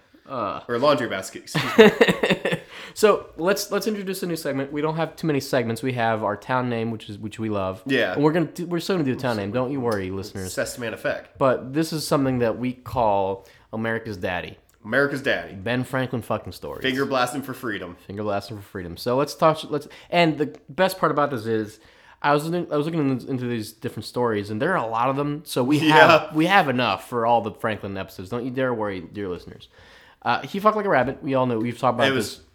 [SPEAKER 1] or laundry basket. excuse me.
[SPEAKER 2] So let's let's introduce a new segment. We don't have too many segments. We have our town name, which is which we love.
[SPEAKER 1] Yeah.
[SPEAKER 2] and we're gonna do, we're still gonna do the town name. Don't you worry, listeners.
[SPEAKER 1] Sesame effect.
[SPEAKER 2] But this is something that we call America's Daddy.
[SPEAKER 1] America's daddy.
[SPEAKER 2] Ben Franklin fucking stories.
[SPEAKER 1] Finger blasting for freedom.
[SPEAKER 2] Finger blasting for freedom. So let's talk. Let's and the best part about this is, I was looking- I was looking into- into these different stories, and there are a lot of them. So we have
[SPEAKER 1] Yeah.
[SPEAKER 2] we have enough for all the Franklin episodes. Don't you dare worry, dear listeners. Uh, he fucked like a rabbit. We all know. We've talked about
[SPEAKER 1] It was-
[SPEAKER 2] this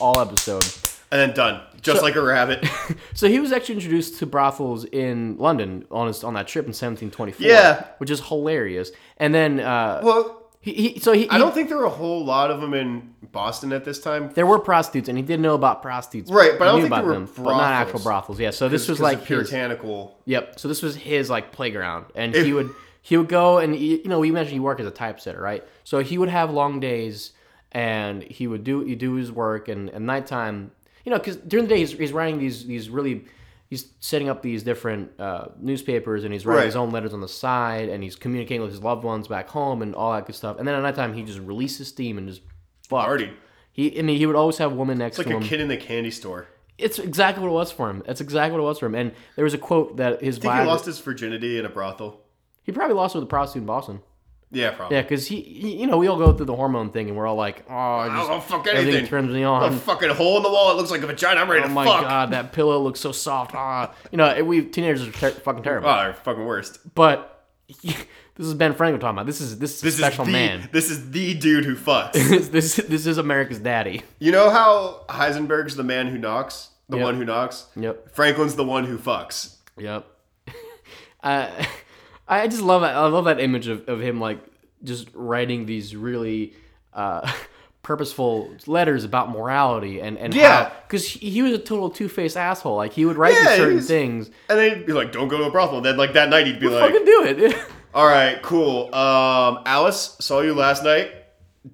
[SPEAKER 2] all episode.
[SPEAKER 1] And then done. Just like a rabbit.
[SPEAKER 2] So he was actually introduced to brothels in London on his on that trip in 1724.
[SPEAKER 1] Yeah.
[SPEAKER 2] which is hilarious. And then uh,
[SPEAKER 1] well,
[SPEAKER 2] he, he so he,
[SPEAKER 1] I don't think there were a whole lot of them in Boston at this time.
[SPEAKER 2] There were prostitutes, and he did know about prostitutes.
[SPEAKER 1] Right, but I
[SPEAKER 2] He
[SPEAKER 1] don't
[SPEAKER 2] knew
[SPEAKER 1] think
[SPEAKER 2] about
[SPEAKER 1] they were
[SPEAKER 2] them, but not
[SPEAKER 1] brothels.
[SPEAKER 2] actual brothels. Yeah, so this was
[SPEAKER 1] Because
[SPEAKER 2] like
[SPEAKER 1] of
[SPEAKER 2] his,
[SPEAKER 1] puritanical.
[SPEAKER 2] yep. So this was his like playground, and he would he would go and he- you know you mentioned he worked as a typesetter, right? So he would have long days, and he would do he do his work, and at nighttime, you know, because during the day he's, he's writing these these really. He's setting up these different uh, newspapers, and he's writing
[SPEAKER 1] Right.
[SPEAKER 2] his own letters on the side, and he's communicating with his loved ones back home, and all that good stuff. And then at nighttime, he just releases steam and just fuck.
[SPEAKER 1] Party.
[SPEAKER 2] He, I mean, he would always have women next
[SPEAKER 1] Like
[SPEAKER 2] to
[SPEAKER 1] a
[SPEAKER 2] him.
[SPEAKER 1] kid in the candy store.
[SPEAKER 2] It's exactly what it was for him. That's exactly what it was for him. And there was a quote that his
[SPEAKER 1] I think he
[SPEAKER 2] biography.
[SPEAKER 1] lost his virginity in a brothel.
[SPEAKER 2] he probably lost it with a prostitute in Boston.
[SPEAKER 1] Yeah, probably.
[SPEAKER 2] Yeah, because he, he, you know, we all go through the hormone thing, and we're all like, oh, I
[SPEAKER 1] I don't
[SPEAKER 2] just,
[SPEAKER 1] know, fuck
[SPEAKER 2] everything
[SPEAKER 1] anything.
[SPEAKER 2] turns me
[SPEAKER 1] A
[SPEAKER 2] on.
[SPEAKER 1] fucking hole in the wall. It looks like a vagina. I'm ready
[SPEAKER 2] Um, Oh
[SPEAKER 1] to
[SPEAKER 2] my
[SPEAKER 1] fuck.
[SPEAKER 2] god, that pillow looks so soft. Ah, you know, we teenagers are ter- fucking terrible.
[SPEAKER 1] Oh, they're fucking worst.
[SPEAKER 2] but this is Ben Franklin talking about. This is this is
[SPEAKER 1] This
[SPEAKER 2] a special
[SPEAKER 1] is the
[SPEAKER 2] man.
[SPEAKER 1] this is the dude who fucks.
[SPEAKER 2] this this is America's daddy.
[SPEAKER 1] you know how Heisenberg's the man who knocks, the
[SPEAKER 2] Yep.
[SPEAKER 1] one who knocks.
[SPEAKER 2] Yep.
[SPEAKER 1] Franklin's the one who fucks.
[SPEAKER 2] Yep. I I just love that. I love that image of, of him like just writing these really uh, purposeful letters about morality and and
[SPEAKER 1] Yeah.
[SPEAKER 2] because he, he was a total two faced asshole. Like he would write
[SPEAKER 1] Yeah,
[SPEAKER 2] these certain
[SPEAKER 1] he's-
[SPEAKER 2] things.
[SPEAKER 1] And then he'd be like, "Don't go to a brothel." Then like that night, he'd be like,
[SPEAKER 2] Fucking do it.
[SPEAKER 1] "All right, cool. Um, Alice, saw you last night.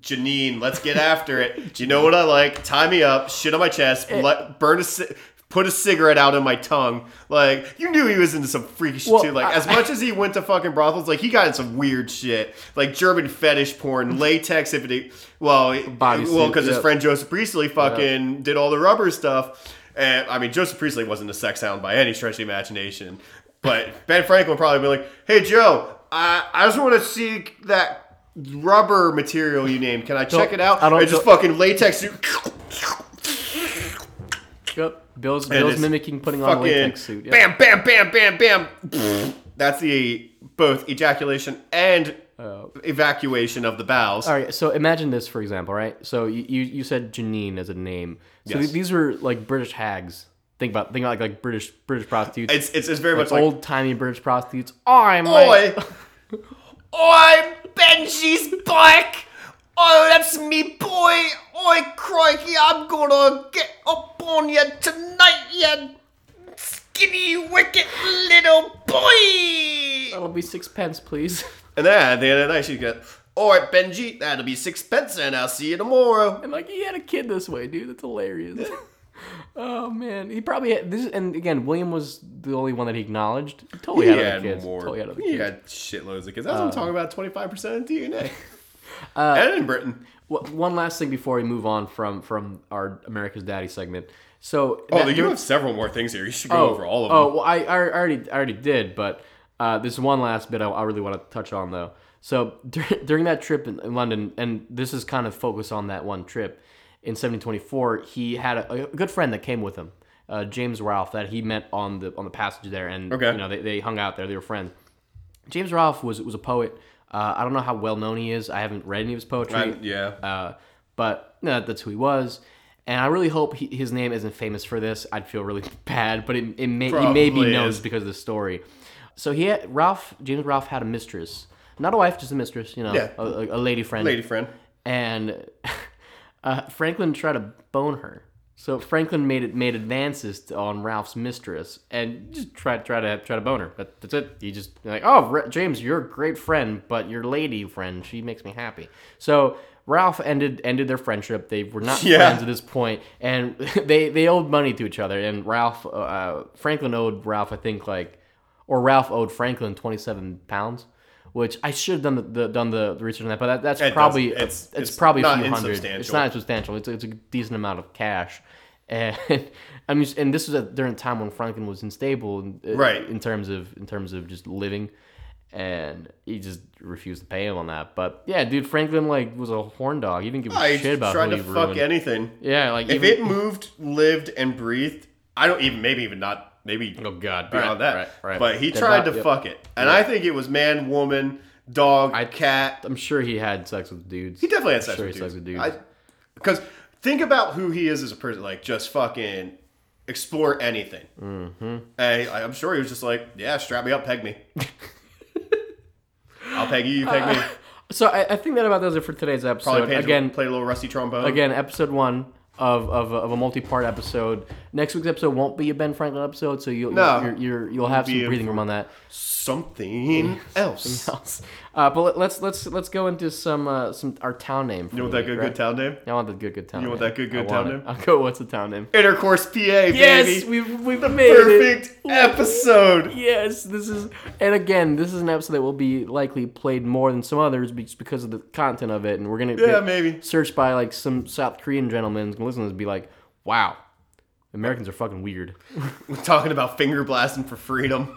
[SPEAKER 1] Janine, let's get after it. Do you know what I like? Tie me up, shit on my chest,
[SPEAKER 2] Eh.
[SPEAKER 1] let, burn a." Ci- Put a cigarette out in my tongue. Like, you knew he was into some freaky shit
[SPEAKER 2] Well,
[SPEAKER 1] too. Like,
[SPEAKER 2] I-
[SPEAKER 1] as much as he went to fucking brothels, like, he got in some weird shit. Like, German fetish porn, latex, if it, well, it-
[SPEAKER 2] Bodysuit,
[SPEAKER 1] well, because his
[SPEAKER 2] yeah.
[SPEAKER 1] friend Joseph Priestley fucking did all the rubber stuff. And I mean, Joseph Priestley wasn't a sex hound by any stretch of the imagination. But Ben Franklin probably be like, "Hey Joe, I, I just want to see that rubber material you named. Can I check it out?
[SPEAKER 2] I
[SPEAKER 1] I
[SPEAKER 2] don't-
[SPEAKER 1] don't just fucking latex you."
[SPEAKER 2] yep. Bill's Bill's
[SPEAKER 1] it's
[SPEAKER 2] mimicking putting on a
[SPEAKER 1] Fucking
[SPEAKER 2] latex suit. Yep.
[SPEAKER 1] bam, bam, bam, bam, bam. That's the both ejaculation and evacuation of the bowels.
[SPEAKER 2] Oh. All right, so imagine this for example, right? So you, you, you said Janine as a name. So
[SPEAKER 1] Yes.
[SPEAKER 2] th- these were like British hags. Think about think about like, like British British prostitutes,
[SPEAKER 1] It's, it's it's very much like Oh,
[SPEAKER 2] old timey British prostitutes. Oh, I'm like,
[SPEAKER 1] Oi! Oi, Benji's back! Oh, that's me boy! Oi, crikey, I'm gonna get up on you tonight, you skinny, wicked little boy!
[SPEAKER 2] that'll be sixpence, please.
[SPEAKER 1] And then at the end of the night, she'd get, Alright, Benji, that'll be sixpence, and I'll see you tomorrow.
[SPEAKER 2] And like he had a kid this way, dude. That's hilarious. oh man, he probably had this. And again, William was the only one that he acknowledged. He totally had other kids. Totally had other kids. Um,
[SPEAKER 1] He had shitloads of kids. That's what I'm talking about 25% of DNA.
[SPEAKER 2] Uh,
[SPEAKER 1] and in Britain.
[SPEAKER 2] Wha- one last thing before we move on from from our America's Daddy segment. So
[SPEAKER 1] Oh,
[SPEAKER 2] that-
[SPEAKER 1] you have several more things here. You should go over all of them.
[SPEAKER 2] Oh, well, I, I already I already did, but uh, this one last bit I, I really want to touch on though. So dur- during that trip in, in London, and this is kind of focused on that one trip in 1724, he had a, a good friend that came with him, uh, James Ralph, that he met on the on the passage there, and
[SPEAKER 1] Okay.
[SPEAKER 2] you know they, they hung out there. They were friends. James Ralph was was a poet. Uh, I don't know how well known he is. I haven't read any of his poetry.
[SPEAKER 1] I- yeah.
[SPEAKER 2] Uh, but no, that's who he was. And I really hope he, his name isn't famous for this. I'd feel really bad, but it, it may, he may be
[SPEAKER 1] Probably
[SPEAKER 2] known
[SPEAKER 1] is.
[SPEAKER 2] because of the story. So he had, Ralph, James Ralph had a mistress. Not a wife, just a mistress, you know,
[SPEAKER 1] Yeah.
[SPEAKER 2] a, a- a lady friend.
[SPEAKER 1] Lady friend.
[SPEAKER 2] And uh, Franklin tried to bone her. So Franklin made it made advances to, on Ralph's mistress and just try try to try to bone her. But that's it. He just like, oh Ra- James, you're a great friend, but your lady friend, she makes me happy. So Ralph ended ended their friendship. They were not
[SPEAKER 1] Yeah.
[SPEAKER 2] friends at this point, and they they owed money to each other. And Ralph uh, Franklin owed Ralph, I think like, or Ralph owed Franklin twenty seven pounds. Which I should have done the, the done the research on that, but that, that's
[SPEAKER 1] It
[SPEAKER 2] probably
[SPEAKER 1] doesn't-
[SPEAKER 2] it's,
[SPEAKER 1] it's-
[SPEAKER 2] it's,
[SPEAKER 1] it's
[SPEAKER 2] probably a
[SPEAKER 1] not
[SPEAKER 2] few hundred. It's
[SPEAKER 1] insubstantial.
[SPEAKER 2] not substantial. It's, it's a decent amount of cash, and I mean, and this was at, during a time when Franklin was unstable, in, uh,
[SPEAKER 1] Right.
[SPEAKER 2] In terms of in terms of just living, and he just refused to pay him on that. But yeah, dude, Franklin like was a horn dog. He didn't give a
[SPEAKER 1] I
[SPEAKER 2] shit about
[SPEAKER 1] Ah, tried
[SPEAKER 2] who
[SPEAKER 1] to
[SPEAKER 2] he
[SPEAKER 1] fuck
[SPEAKER 2] ruined.
[SPEAKER 1] anything.
[SPEAKER 2] yeah, like
[SPEAKER 1] If
[SPEAKER 2] even-
[SPEAKER 1] it moved, lived, and breathed, I don't even maybe even not maybe
[SPEAKER 2] oh god,
[SPEAKER 1] beyond
[SPEAKER 2] right,
[SPEAKER 1] that.
[SPEAKER 2] right, right.
[SPEAKER 1] But he
[SPEAKER 2] They're
[SPEAKER 1] tried
[SPEAKER 2] not-
[SPEAKER 1] to
[SPEAKER 2] yep.
[SPEAKER 1] fuck it, and I think it was man, woman, dog, cat.
[SPEAKER 2] I'm sure he had sex with dudes.
[SPEAKER 1] He definitely had sex
[SPEAKER 2] sure
[SPEAKER 1] with
[SPEAKER 2] he
[SPEAKER 1] dudes.
[SPEAKER 2] sucked with dudes.
[SPEAKER 1] Because think about who he is as a person. Like just fucking explore anything. Mm-hmm. And I, am sure he was just like, yeah, strap me up, peg me. I'll peg you, you peg me.
[SPEAKER 2] So I, I think that about does it for today's episode.
[SPEAKER 1] Probably play,
[SPEAKER 2] Again,
[SPEAKER 1] play a little rusty trombone.
[SPEAKER 2] again episode one of, of, a- of a multi-part episode next week's episode won't be a ben franklin episode so you'll
[SPEAKER 1] No.
[SPEAKER 2] you're, you're, you'll have some
[SPEAKER 1] be a-
[SPEAKER 2] breathing room on that
[SPEAKER 1] Something else.
[SPEAKER 2] uh, but let- let's let's let's go into some uh, some our town name for
[SPEAKER 1] You want
[SPEAKER 2] the
[SPEAKER 1] that
[SPEAKER 2] week,
[SPEAKER 1] good,
[SPEAKER 2] right?
[SPEAKER 1] good town name?
[SPEAKER 2] i want the good good town
[SPEAKER 1] You want
[SPEAKER 2] name.
[SPEAKER 1] that good,
[SPEAKER 2] I
[SPEAKER 1] good
[SPEAKER 2] want
[SPEAKER 1] town
[SPEAKER 2] it.
[SPEAKER 1] name?
[SPEAKER 2] i'll go what's the town name
[SPEAKER 1] Intercourse PA,
[SPEAKER 2] yes
[SPEAKER 1] baby.
[SPEAKER 2] we've we've made it.
[SPEAKER 1] Perfect episode.
[SPEAKER 2] Yes, this is, and again, this is an episode that will be likely played more than some others be- because of the content of it, and we're gonna
[SPEAKER 1] Yeah,
[SPEAKER 2] get
[SPEAKER 1] maybe.
[SPEAKER 2] searched by like some South Korean gentleman who's gonna listen to this and be like, "Wow, Americans are fucking weird."
[SPEAKER 1] We're talking about finger blasting for freedom.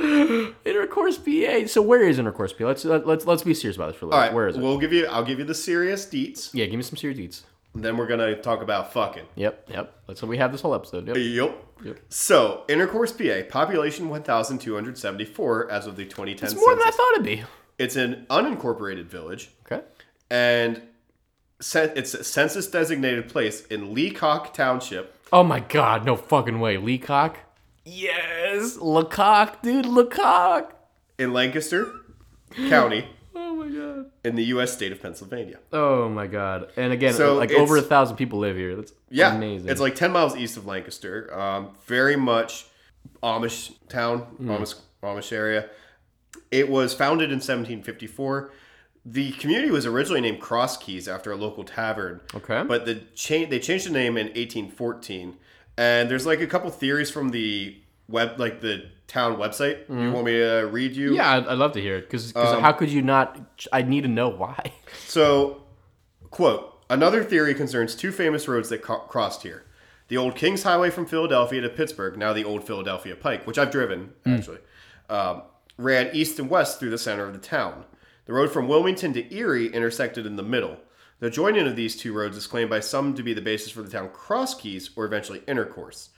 [SPEAKER 2] intercourse PA. So where is intercourse PA? Let's let, let's let's be serious about this for a little.
[SPEAKER 1] All
[SPEAKER 2] bit.
[SPEAKER 1] right,
[SPEAKER 2] Where is it?
[SPEAKER 1] We'll give you. I'll give you the serious deets.
[SPEAKER 2] Yeah, give me some serious deets.
[SPEAKER 1] and Then we're gonna talk about fucking.
[SPEAKER 2] Yep, yep. That's what we have this whole episode. Yep.
[SPEAKER 1] Yup.
[SPEAKER 2] Yep.
[SPEAKER 1] So intercourse PA population 1,274 as of the 2010
[SPEAKER 2] It's more than I
[SPEAKER 1] census.
[SPEAKER 2] thought it'd be.
[SPEAKER 1] It's an unincorporated village
[SPEAKER 2] Okay.
[SPEAKER 1] and cen- it's a census designated place in Leacock Township.
[SPEAKER 2] Oh my god, no fucking way. Leacock? Yes! Leacock, dude, Leacock!
[SPEAKER 1] in Lancaster County
[SPEAKER 2] Oh my god.
[SPEAKER 1] in the U.S. state of Pennsylvania.
[SPEAKER 2] Oh my god. And again,
[SPEAKER 1] So
[SPEAKER 2] like
[SPEAKER 1] it's-
[SPEAKER 2] over a thousand people live here. That's
[SPEAKER 1] Yeah,
[SPEAKER 2] amazing.
[SPEAKER 1] It's like ten miles east of Lancaster. Um, very much Amish town,
[SPEAKER 2] Hmm.
[SPEAKER 1] Amish Amish area. It was founded in 1754. The community was originally named Cross Keys after a local tavern.
[SPEAKER 2] Okay.
[SPEAKER 1] But the cha- they changed the name in 1814. And there's like a couple theories from the web, like the town website. You want me to read you?
[SPEAKER 2] Hmm. yeah, I'd, I'd love to hear it because
[SPEAKER 1] Um,
[SPEAKER 2] how could you not? I need to know why.
[SPEAKER 1] So, quote, another theory concerns two famous roads that co- crossed here the old Kings Highway from Philadelphia to Pittsburgh, now the old Philadelphia Pike, which I've driven, actually, um, ran east and west through the center of the town. The road from Wilmington to Erie intersected in the middle. The joining of these two roads is claimed by some to be the basis for the town cross keys or eventually intercourse.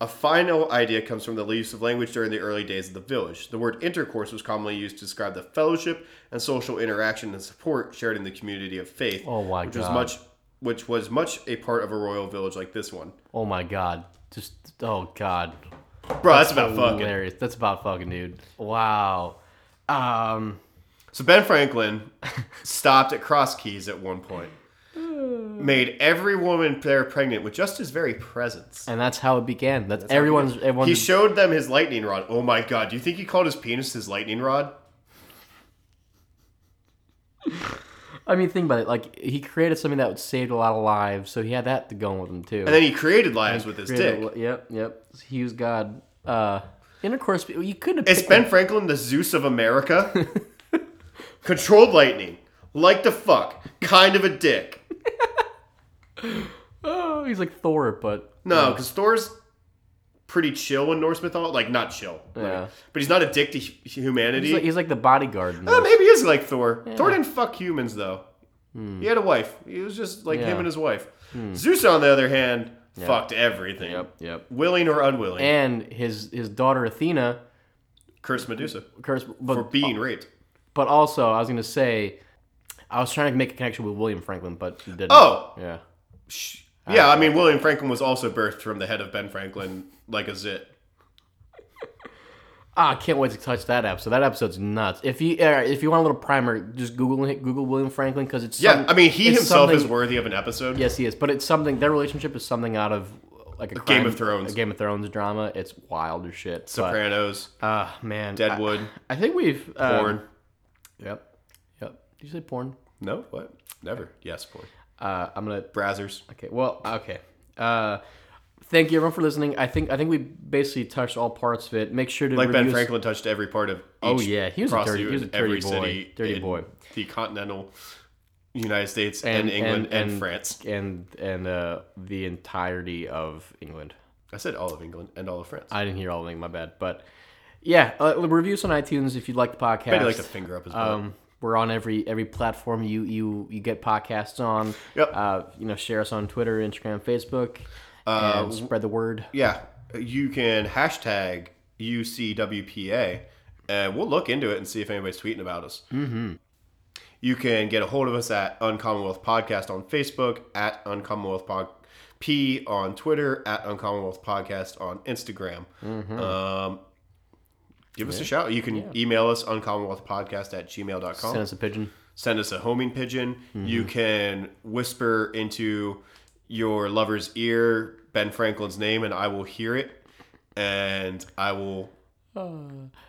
[SPEAKER 1] A final idea comes from the use of language during the early days of the village. The word intercourse was commonly used to describe the fellowship and social interaction and support shared in the community of faith,
[SPEAKER 2] Oh my
[SPEAKER 1] which was
[SPEAKER 2] God.
[SPEAKER 1] much which was much a part of a royal village like this one.
[SPEAKER 2] Oh my god. Just, oh god.
[SPEAKER 1] Bro, that's, about fucking.
[SPEAKER 2] Hilarious. That's about fucking, dude. Wow. Um,
[SPEAKER 1] So Ben Franklin stopped at Cross Keys at one point. Made every woman there pregnant with just his very presence.
[SPEAKER 2] and that's how it began. That's, everyone's, everyone's.
[SPEAKER 1] He showed them his lightning rod. Oh my god, do you think he called his penis his lightning rod?
[SPEAKER 2] I mean, think about it. Like he created something that saved a lot of lives, so he had that to go with him too.
[SPEAKER 1] And then he created lives with his dick.
[SPEAKER 2] Created a- Yep, yep. He was God. Uh, intercourse. You couldn't. Have
[SPEAKER 1] Is
[SPEAKER 2] picked
[SPEAKER 1] Ben Franklin the Zeus of America? Controlled lightning. Like the fuck. Kind of a dick.
[SPEAKER 2] oh, he's like Thor, but
[SPEAKER 1] No, because Thor's pretty chill in Norse mythology. Like, not chill. like-
[SPEAKER 2] Yeah.
[SPEAKER 1] but he's not a dick to hu- humanity.
[SPEAKER 2] he's like, he's like the bodyguard. in
[SPEAKER 1] Uh,
[SPEAKER 2] this.
[SPEAKER 1] maybe he is like Thor. Thor didn't fuck humans, though. He had a wife. He was just like him
[SPEAKER 2] Hmm. Yeah. Hmm.
[SPEAKER 1] and his wife. Zeus, on the other hand, fucked everything.
[SPEAKER 2] Yep, yep.
[SPEAKER 1] Willing or unwilling.
[SPEAKER 2] And his his daughter Athena,
[SPEAKER 1] Curse Medusa
[SPEAKER 2] curse, but
[SPEAKER 1] for being raped.
[SPEAKER 2] but also I was gonna say, I was trying to make a connection with William Franklin, but he didn't.
[SPEAKER 1] Oh,
[SPEAKER 2] yeah.
[SPEAKER 1] Sh- Yeah, I mean, William Franklin was also birthed from the head of Ben Franklin, like a zit.
[SPEAKER 2] Ah, I can't wait to touch that episode. That episode's nuts. If you uh, if you want a little primer, just Google it- Google William Franklin because it's
[SPEAKER 1] Yeah,
[SPEAKER 2] some-
[SPEAKER 1] I mean, he
[SPEAKER 2] it's
[SPEAKER 1] himself is
[SPEAKER 2] something-
[SPEAKER 1] worthy of an episode.
[SPEAKER 2] Yes, he is. But it's something. Their relationship is something out of like a, crime-
[SPEAKER 1] of Thrones.
[SPEAKER 2] a Game of Thrones drama. It's wild as shit. But,
[SPEAKER 1] Sopranos,
[SPEAKER 2] uh, man,
[SPEAKER 1] Deadwood,
[SPEAKER 2] I, I think we've uh,
[SPEAKER 1] porn.
[SPEAKER 2] Yep, yep. Did you say porn?
[SPEAKER 1] No, what? Never. Yes, porn.
[SPEAKER 2] Uh, I'm gonna.
[SPEAKER 1] Brazzers.
[SPEAKER 2] Okay. Well. Okay. Uh, thank you everyone for listening. I think I think we basically touched all parts of it. Make sure to
[SPEAKER 1] Like Ben
[SPEAKER 2] review-
[SPEAKER 1] Franklin touched every part of. Each
[SPEAKER 2] Oh, yeah, he was a dirty-
[SPEAKER 1] prostitute
[SPEAKER 2] he was a
[SPEAKER 1] in every
[SPEAKER 2] dirty boy.
[SPEAKER 1] city
[SPEAKER 2] Dirty
[SPEAKER 1] in
[SPEAKER 2] boy.
[SPEAKER 1] The continental United States and,
[SPEAKER 2] And-
[SPEAKER 1] England
[SPEAKER 2] and-
[SPEAKER 1] and,
[SPEAKER 2] and-
[SPEAKER 1] France.
[SPEAKER 2] and and uh, the entirety of England.
[SPEAKER 1] I said all of England and all of France. I
[SPEAKER 2] I didn't hear all of England. My bad. But yeah, uh, reviews on iTunes if you'd like the podcast.
[SPEAKER 1] bet he liked to finger up his butt.
[SPEAKER 2] Um, we're on every every platform you you you get podcasts on.
[SPEAKER 1] Yep.
[SPEAKER 2] Uh, you know, share us on Twitter, Instagram, Facebook,
[SPEAKER 1] Uh,
[SPEAKER 2] and spread the word.
[SPEAKER 1] yeah, you can hashtag UCWPA, and we'll look into it and see if anybody's tweeting about us. Mm-hmm. You can get a hold of us at Uncommonwealth Podcast on Facebook, at Uncommonwealth Pod P on Twitter, at Uncommonwealth Podcast on Instagram. Um, give us a shout. You can email us, uncommonwealthpodcast at gmail.com
[SPEAKER 2] Send us a pigeon.
[SPEAKER 1] send us a homing pigeon. You
[SPEAKER 2] Mm-hmm.
[SPEAKER 1] can whisper into your lover's ear Ben Franklin's name, and I will hear it, and I will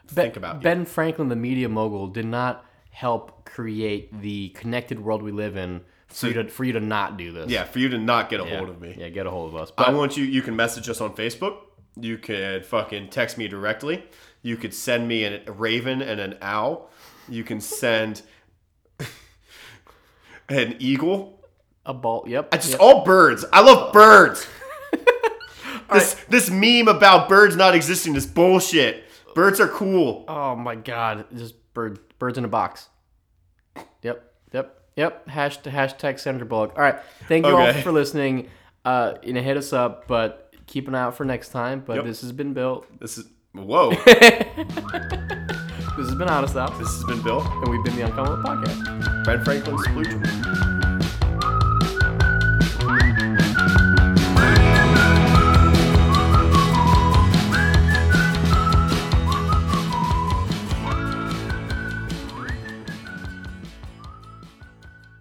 [SPEAKER 1] think about you.
[SPEAKER 2] Ben Franklin, the media mogul, did not help create the connected world we live in for you to for you to not do this.
[SPEAKER 1] Yeah, for you to not get a hold of me.
[SPEAKER 2] Yeah, get a hold of us.
[SPEAKER 1] I
[SPEAKER 2] But
[SPEAKER 1] want you. You can message us on Facebook. You could fucking text me directly. You could send me an, a raven and an owl. You can send an eagle.
[SPEAKER 2] a ball. Yep.
[SPEAKER 1] It's just all birds. I love birds. this this meme about birds not existing is bullshit. Birds are cool.
[SPEAKER 2] Oh my god, just bird birds in a box. Yep, yep, yep. Hashtag, hashtag Senator Bullock. All right, thank you
[SPEAKER 1] Okay.
[SPEAKER 2] all for listening. Uh, you know, hit us up, but keep an eye out for next time. But this has been built.
[SPEAKER 1] This is whoa.
[SPEAKER 2] This has been honest out,
[SPEAKER 1] this has been Bill.
[SPEAKER 2] and we've been the Uncommon Podcast.
[SPEAKER 1] Ben Franklin's Blue Dream.